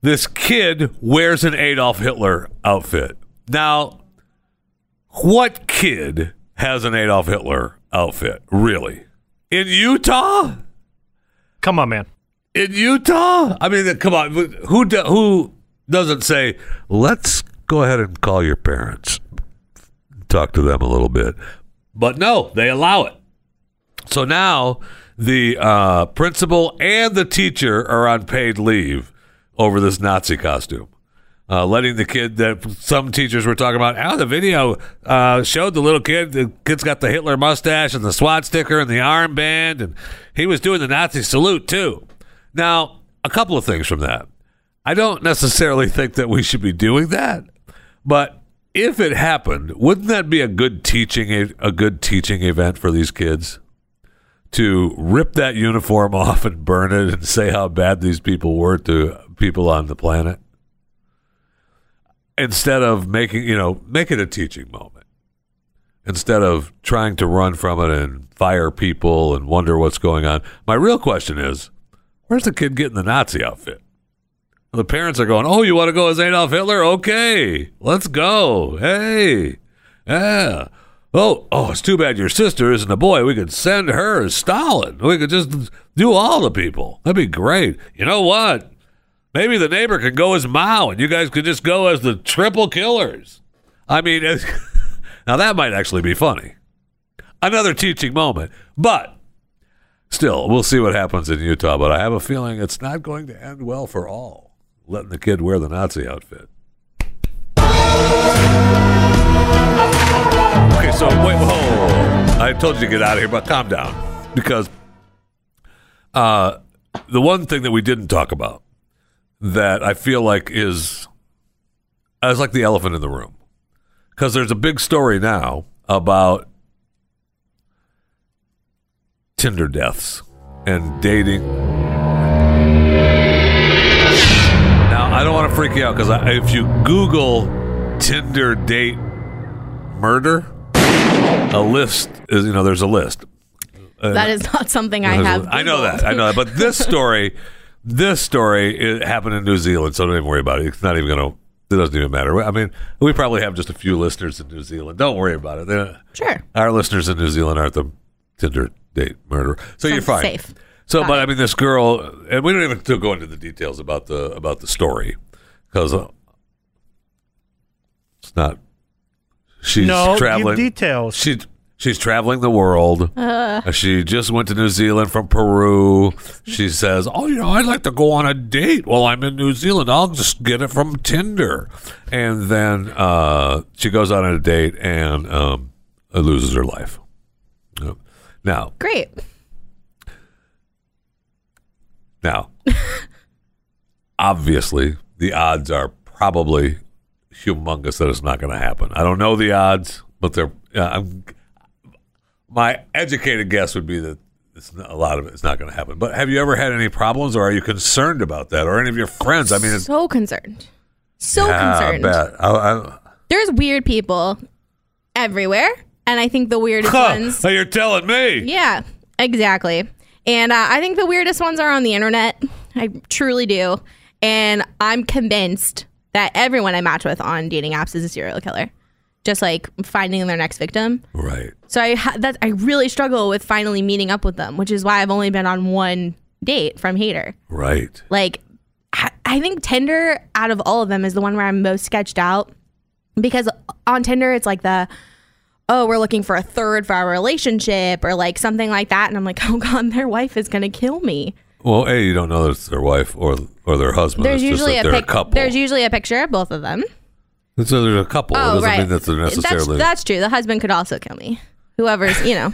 [SPEAKER 2] this kid wears an Adolf Hitler outfit. Now, what kid has an Adolf Hitler outfit, really? In Utah?
[SPEAKER 6] Come on, man.
[SPEAKER 2] in Utah. I mean, come on, who do, who doesn't say, "Let's go ahead and call your parents, talk to them a little bit," but no, they allow it. So now the uh, principal and the teacher are on paid leave over this Nazi costume. Uh, letting the kid that some teachers were talking about. Out the video uh, showed the little kid. The kid's got the Hitler mustache and the SWAT sticker and the armband, and he was doing the Nazi salute too. Now, a couple of things from that. I don't necessarily think that we should be doing that, but if it happened, wouldn't that be a good teaching e, a, a good teaching event for these kids? To rip that uniform off and burn it and say how bad these people were to people on the planet instead of making, you know, make it a teaching moment instead of trying to run from it and fire people and wonder what's going on. My real question is where's the kid getting the Nazi outfit? The parents are going, oh, you want to go as Adolf Hitler? Okay, let's go. Hey, yeah. Oh, oh, it's too bad your sister isn't a boy. We could send her as Stalin. We could just do all the people. That'd be great. You know what? Maybe the neighbor could go as Mao, and you guys could just go as the triple killers. I mean, it's- now that might actually be funny. Another teaching moment, but still, we'll see what happens in Utah. But I have a feeling it's not going to end well for all. Letting the kid wear the Nazi outfit. Okay, so wait, whoa, whoa, whoa. I told you to get out of here, but calm down because uh, the one thing that we didn't talk about that I feel like is as like the elephant in the room because there's a big story now about Tinder deaths and dating. Now I don't want to freak you out because if you Google Tinder date murder, a list is you know there's a list.
[SPEAKER 5] that is not something I
[SPEAKER 2] There's a-
[SPEAKER 5] have.
[SPEAKER 2] I know
[SPEAKER 5] Googled.
[SPEAKER 2] Uh, that. I know that. But this story, this story it happened in New Zealand, so don't even worry about it. It's not even going to. It doesn't even matter. I mean, we probably have just a few listeners in New Zealand. Don't worry about it. They're-
[SPEAKER 5] Sure.
[SPEAKER 2] Our listeners in New Zealand aren't the Tinder date murderer, so you're
[SPEAKER 5] Sounds
[SPEAKER 2] fine.
[SPEAKER 5] safe.
[SPEAKER 2] So, but I mean, this girl, and we don't even have to go into the details about the about the story because uh, it's not. She's
[SPEAKER 6] no,
[SPEAKER 2] traveling.
[SPEAKER 6] give details.
[SPEAKER 2] She she's traveling the world. She just went to New Zealand from Peru. She says, "Oh, you know, I'd like to go on a date while I'm in New Zealand. I'll just get it from Tinder." And then uh, she goes out on a date and um, loses her life. Yep. Now,
[SPEAKER 5] Great.
[SPEAKER 2] Now, obviously, the odds are probably humongous that it's not going to happen. I don't know the odds, but they're. Uh, I'm, my educated guess would be that it's not, a lot of it's not going to happen. But have you ever had any problems, or are you concerned about that, or any of your friends? I mean, it's
[SPEAKER 5] So concerned. So
[SPEAKER 2] Yeah, I
[SPEAKER 5] concerned.
[SPEAKER 2] bet. I, I,
[SPEAKER 5] There's weird people everywhere, and I think the weirdest
[SPEAKER 2] huh,
[SPEAKER 5] ones.
[SPEAKER 2] so you're telling me.
[SPEAKER 5] Yeah, exactly. And uh, I think the weirdest ones are on the internet. I truly do. And I'm convinced that everyone I match with on dating apps is a serial killer, just like finding their next victim.
[SPEAKER 2] Right.
[SPEAKER 5] So I ha- that I really struggle with finally meeting up with them, which is why I've only been on one date from Hater.
[SPEAKER 2] Right.
[SPEAKER 5] Like, I, I think Tinder out of all of them is the one where I'm most sketched out because on Tinder it's like the oh we're looking for a third for our relationship or like something like that, and I'm like oh god their wife is gonna kill me.
[SPEAKER 2] Well, a you don't know that it's their wife or or their husband.
[SPEAKER 5] there's
[SPEAKER 2] it's
[SPEAKER 5] usually
[SPEAKER 2] just that
[SPEAKER 5] a
[SPEAKER 2] they're
[SPEAKER 5] pic-
[SPEAKER 2] a couple.
[SPEAKER 5] there's usually a picture of both of them.
[SPEAKER 2] And so they're a couple. it
[SPEAKER 5] Oh
[SPEAKER 2] doesn't
[SPEAKER 5] right,
[SPEAKER 2] mean that they're necessarily.
[SPEAKER 5] that's, that's true. The husband could also kill me. Whoever's you know,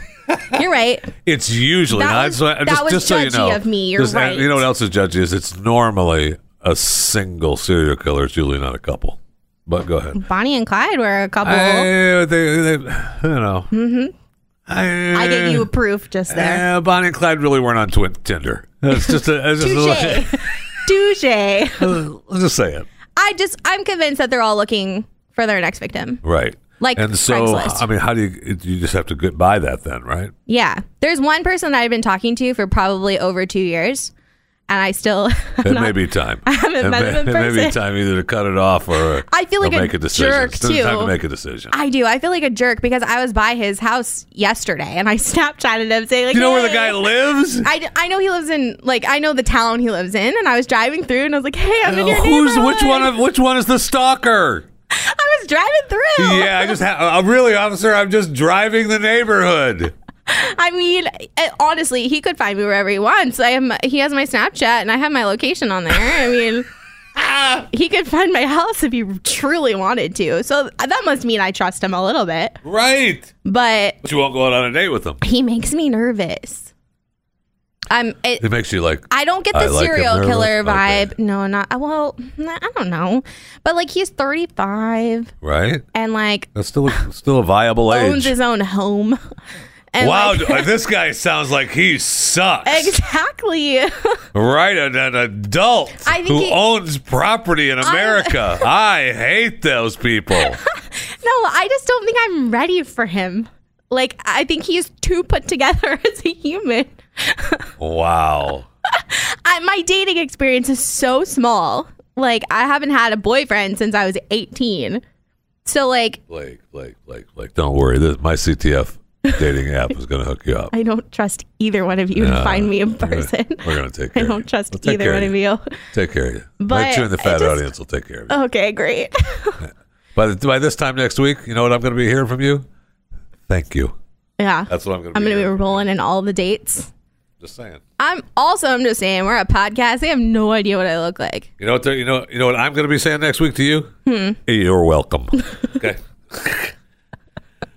[SPEAKER 5] you're right.
[SPEAKER 2] It's usually
[SPEAKER 5] That
[SPEAKER 2] not.
[SPEAKER 5] was-
[SPEAKER 2] so I-
[SPEAKER 5] that
[SPEAKER 2] just,
[SPEAKER 5] was
[SPEAKER 2] just so you
[SPEAKER 5] judgy
[SPEAKER 2] know,
[SPEAKER 5] of me, you're
[SPEAKER 2] just- and
[SPEAKER 5] right.
[SPEAKER 2] You know what else is judgy is it's normally a single serial killer. It's usually not a couple. But go ahead.
[SPEAKER 5] Bonnie and Clyde were a couple.
[SPEAKER 2] I, they, they, you know. Mm-hmm. I, uh,
[SPEAKER 5] I gave you a proof just there.
[SPEAKER 2] Eh, Bonnie and Clyde really weren't on twin Tinder. It's just a, it's just a
[SPEAKER 5] Touche. douche.
[SPEAKER 2] Let's just say it.
[SPEAKER 5] I just I'm convinced that they're all looking for their next victim.
[SPEAKER 2] Right.
[SPEAKER 5] Like
[SPEAKER 2] and so
[SPEAKER 5] Craigslist.
[SPEAKER 2] I mean, how do you you just have to get by that then, right?
[SPEAKER 5] Yeah. There's one person that I've been talking to for probably over two years, and I still. I'm
[SPEAKER 2] It
[SPEAKER 5] not-
[SPEAKER 2] may be time. I
[SPEAKER 5] haven't
[SPEAKER 2] it
[SPEAKER 5] met
[SPEAKER 2] may,
[SPEAKER 5] him in
[SPEAKER 2] It may be
[SPEAKER 5] person.
[SPEAKER 2] time either to cut it off or
[SPEAKER 5] I feel
[SPEAKER 2] or
[SPEAKER 5] like a
[SPEAKER 2] make a, decision.
[SPEAKER 5] jerk,
[SPEAKER 2] it's time to
[SPEAKER 5] too.
[SPEAKER 2] make a decision.
[SPEAKER 5] I do. I feel like a jerk because I was by his house yesterday and I Snapchatted him saying, like,
[SPEAKER 2] you know where the
[SPEAKER 5] "Hey."
[SPEAKER 2] guy lives?
[SPEAKER 5] I, I know he lives in like I know the town he lives in, and I was driving through, and I was like, "Hey, I'm in your
[SPEAKER 2] Uh, Who's which
[SPEAKER 5] neighborhood."
[SPEAKER 2] one of which one is the stalker?
[SPEAKER 5] I was driving through.
[SPEAKER 2] yeah, I just ha- I'm really officer. I'm just driving the neighborhood.
[SPEAKER 5] I mean, eh, honestly, he could find me wherever he wants. I am. He has my Snapchat, and I have my location on there. I mean, he could find my house if he truly wanted to. So that must mean I trust him a little bit.
[SPEAKER 2] Right.
[SPEAKER 5] But
[SPEAKER 2] But you won't go out on a date with him.
[SPEAKER 5] he makes me nervous. I'm. It,
[SPEAKER 2] It makes you like
[SPEAKER 5] I don't get
[SPEAKER 2] I
[SPEAKER 5] the
[SPEAKER 2] like him
[SPEAKER 5] serial
[SPEAKER 2] nervous.
[SPEAKER 5] killer
[SPEAKER 2] Okay.
[SPEAKER 5] vibe. No, not uh, well. nah, I don't know, but like he's 35
[SPEAKER 2] right.
[SPEAKER 5] and like
[SPEAKER 2] That's still a, still a viable
[SPEAKER 5] owns
[SPEAKER 2] age.
[SPEAKER 5] his own home. And
[SPEAKER 2] wow,
[SPEAKER 5] like-
[SPEAKER 2] d- this guy sounds like he sucks.
[SPEAKER 5] exactly.
[SPEAKER 2] Right, an, an adult
[SPEAKER 5] I think
[SPEAKER 2] who
[SPEAKER 5] he-
[SPEAKER 2] owns property in America. I hate those people.
[SPEAKER 5] No, I just don't think I'm ready for him. Like, I think he's too put together as a human.
[SPEAKER 2] Wow.
[SPEAKER 5] I, my dating experience is so small. Like, I haven't had a boyfriend since I was 18. So, like,
[SPEAKER 2] Blake, Blake, Blake, Blake, don't worry. This my CTF dating app is going to hook you up.
[SPEAKER 5] I don't trust either one of you
[SPEAKER 2] Nah,
[SPEAKER 5] to find me in
[SPEAKER 2] we're gonna-
[SPEAKER 5] person.
[SPEAKER 2] We're going to take
[SPEAKER 5] I
[SPEAKER 2] care. of you.
[SPEAKER 5] don't trust
[SPEAKER 2] We'll take
[SPEAKER 5] either
[SPEAKER 2] care
[SPEAKER 5] one of you.
[SPEAKER 2] Take care of you. Make
[SPEAKER 5] But
[SPEAKER 2] sure the
[SPEAKER 5] I
[SPEAKER 2] fat
[SPEAKER 5] just-
[SPEAKER 2] audience will take care of you.
[SPEAKER 5] Okay, great.
[SPEAKER 2] By, the, by this time next week, you know what I'm going to be hearing from you? Thank you.
[SPEAKER 5] yeah.
[SPEAKER 2] That's what I'm going to
[SPEAKER 5] I'm
[SPEAKER 2] be
[SPEAKER 5] going to be
[SPEAKER 2] hearing.
[SPEAKER 5] rolling in all the dates.
[SPEAKER 2] Just saying.
[SPEAKER 5] I'm also, I'm just saying, we're a podcast. They have no idea what I look like.
[SPEAKER 2] You know what? they're- You know. You know what I'm going to be saying next week to you.
[SPEAKER 5] Hmm.
[SPEAKER 2] You're welcome. okay.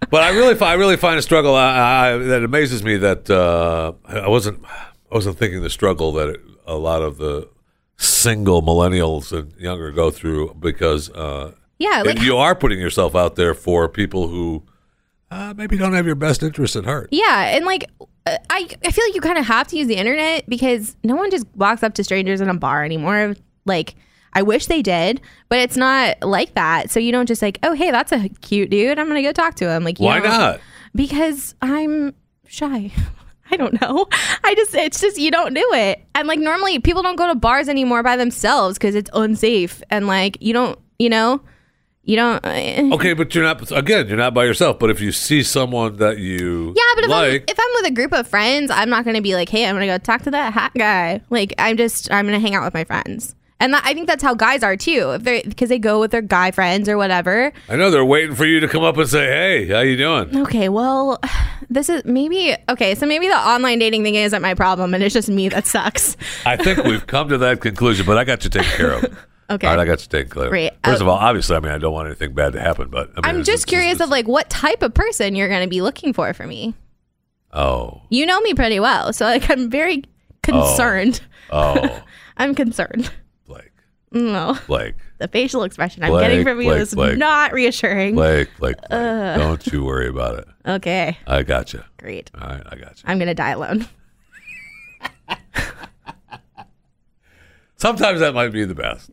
[SPEAKER 2] but I really, fi- I really find a struggle. I, I, that amazes me that uh, I wasn't, I wasn't thinking the struggle that a lot of the single millennials and younger go through because uh,
[SPEAKER 5] Yeah. Like,
[SPEAKER 2] and you are putting yourself out there for people who uh, maybe don't have your best interests at heart.
[SPEAKER 5] Yeah, and like uh, I, I feel like you kind of have to use the internet because no one just walks up to strangers in a bar anymore. Like I wish they did, but it's not like that. So you don't just like, oh hey, that's a cute dude. I'm gonna go talk to him. Like you
[SPEAKER 2] Why
[SPEAKER 5] don't-
[SPEAKER 2] not?
[SPEAKER 5] Because I'm shy. I don't know. I just it's just you don't do it. And like normally people don't go to bars anymore by themselves because it's unsafe. And like you don't you know you don't. uh,
[SPEAKER 2] Okay, but you're not again. You're not by yourself. But if you see someone that you
[SPEAKER 5] Yeah, but if,
[SPEAKER 2] like,
[SPEAKER 5] I'm, if I'm with a group of friends, I'm not going to be like, hey, I'm going to go talk to that hot guy. Like, I'm just, I'm going to hang out with my friends. And that, I think that's how guys are too, if they because they go with their guy friends or whatever.
[SPEAKER 2] I know they're waiting for you to come up and say, "Hey, how you doing?"
[SPEAKER 5] Okay, well, this is maybe okay. So maybe the online dating thing isn't my problem, and it's just me that sucks.
[SPEAKER 2] I think we've come to that conclusion, but I got you taken care of.
[SPEAKER 5] Okay,
[SPEAKER 2] All right, I got you taken care of.
[SPEAKER 5] Great.
[SPEAKER 2] First
[SPEAKER 5] Uh,
[SPEAKER 2] of all, obviously, I mean, I don't want anything bad to happen, but I mean,
[SPEAKER 5] I'm
[SPEAKER 2] it's-
[SPEAKER 5] just
[SPEAKER 2] it's-
[SPEAKER 5] curious
[SPEAKER 2] it's-
[SPEAKER 5] of like what type of person you're going to be looking for for me.
[SPEAKER 2] Oh,
[SPEAKER 5] You know me pretty well, so like I'm very concerned.
[SPEAKER 2] oh,
[SPEAKER 5] I'm concerned.
[SPEAKER 2] Blake,
[SPEAKER 5] No,
[SPEAKER 2] Blake,
[SPEAKER 5] the facial expression I'm
[SPEAKER 2] Blake,
[SPEAKER 5] getting from you
[SPEAKER 2] Blake,
[SPEAKER 5] is
[SPEAKER 2] Blake.
[SPEAKER 5] not reassuring.
[SPEAKER 2] Blake, Blake, Blake.
[SPEAKER 5] Uh.
[SPEAKER 2] Don't you worry about it.
[SPEAKER 5] Okay,
[SPEAKER 2] I got you.
[SPEAKER 5] great.
[SPEAKER 2] All right, I got you.
[SPEAKER 5] I'm gonna die alone.
[SPEAKER 2] Sometimes that might be the best.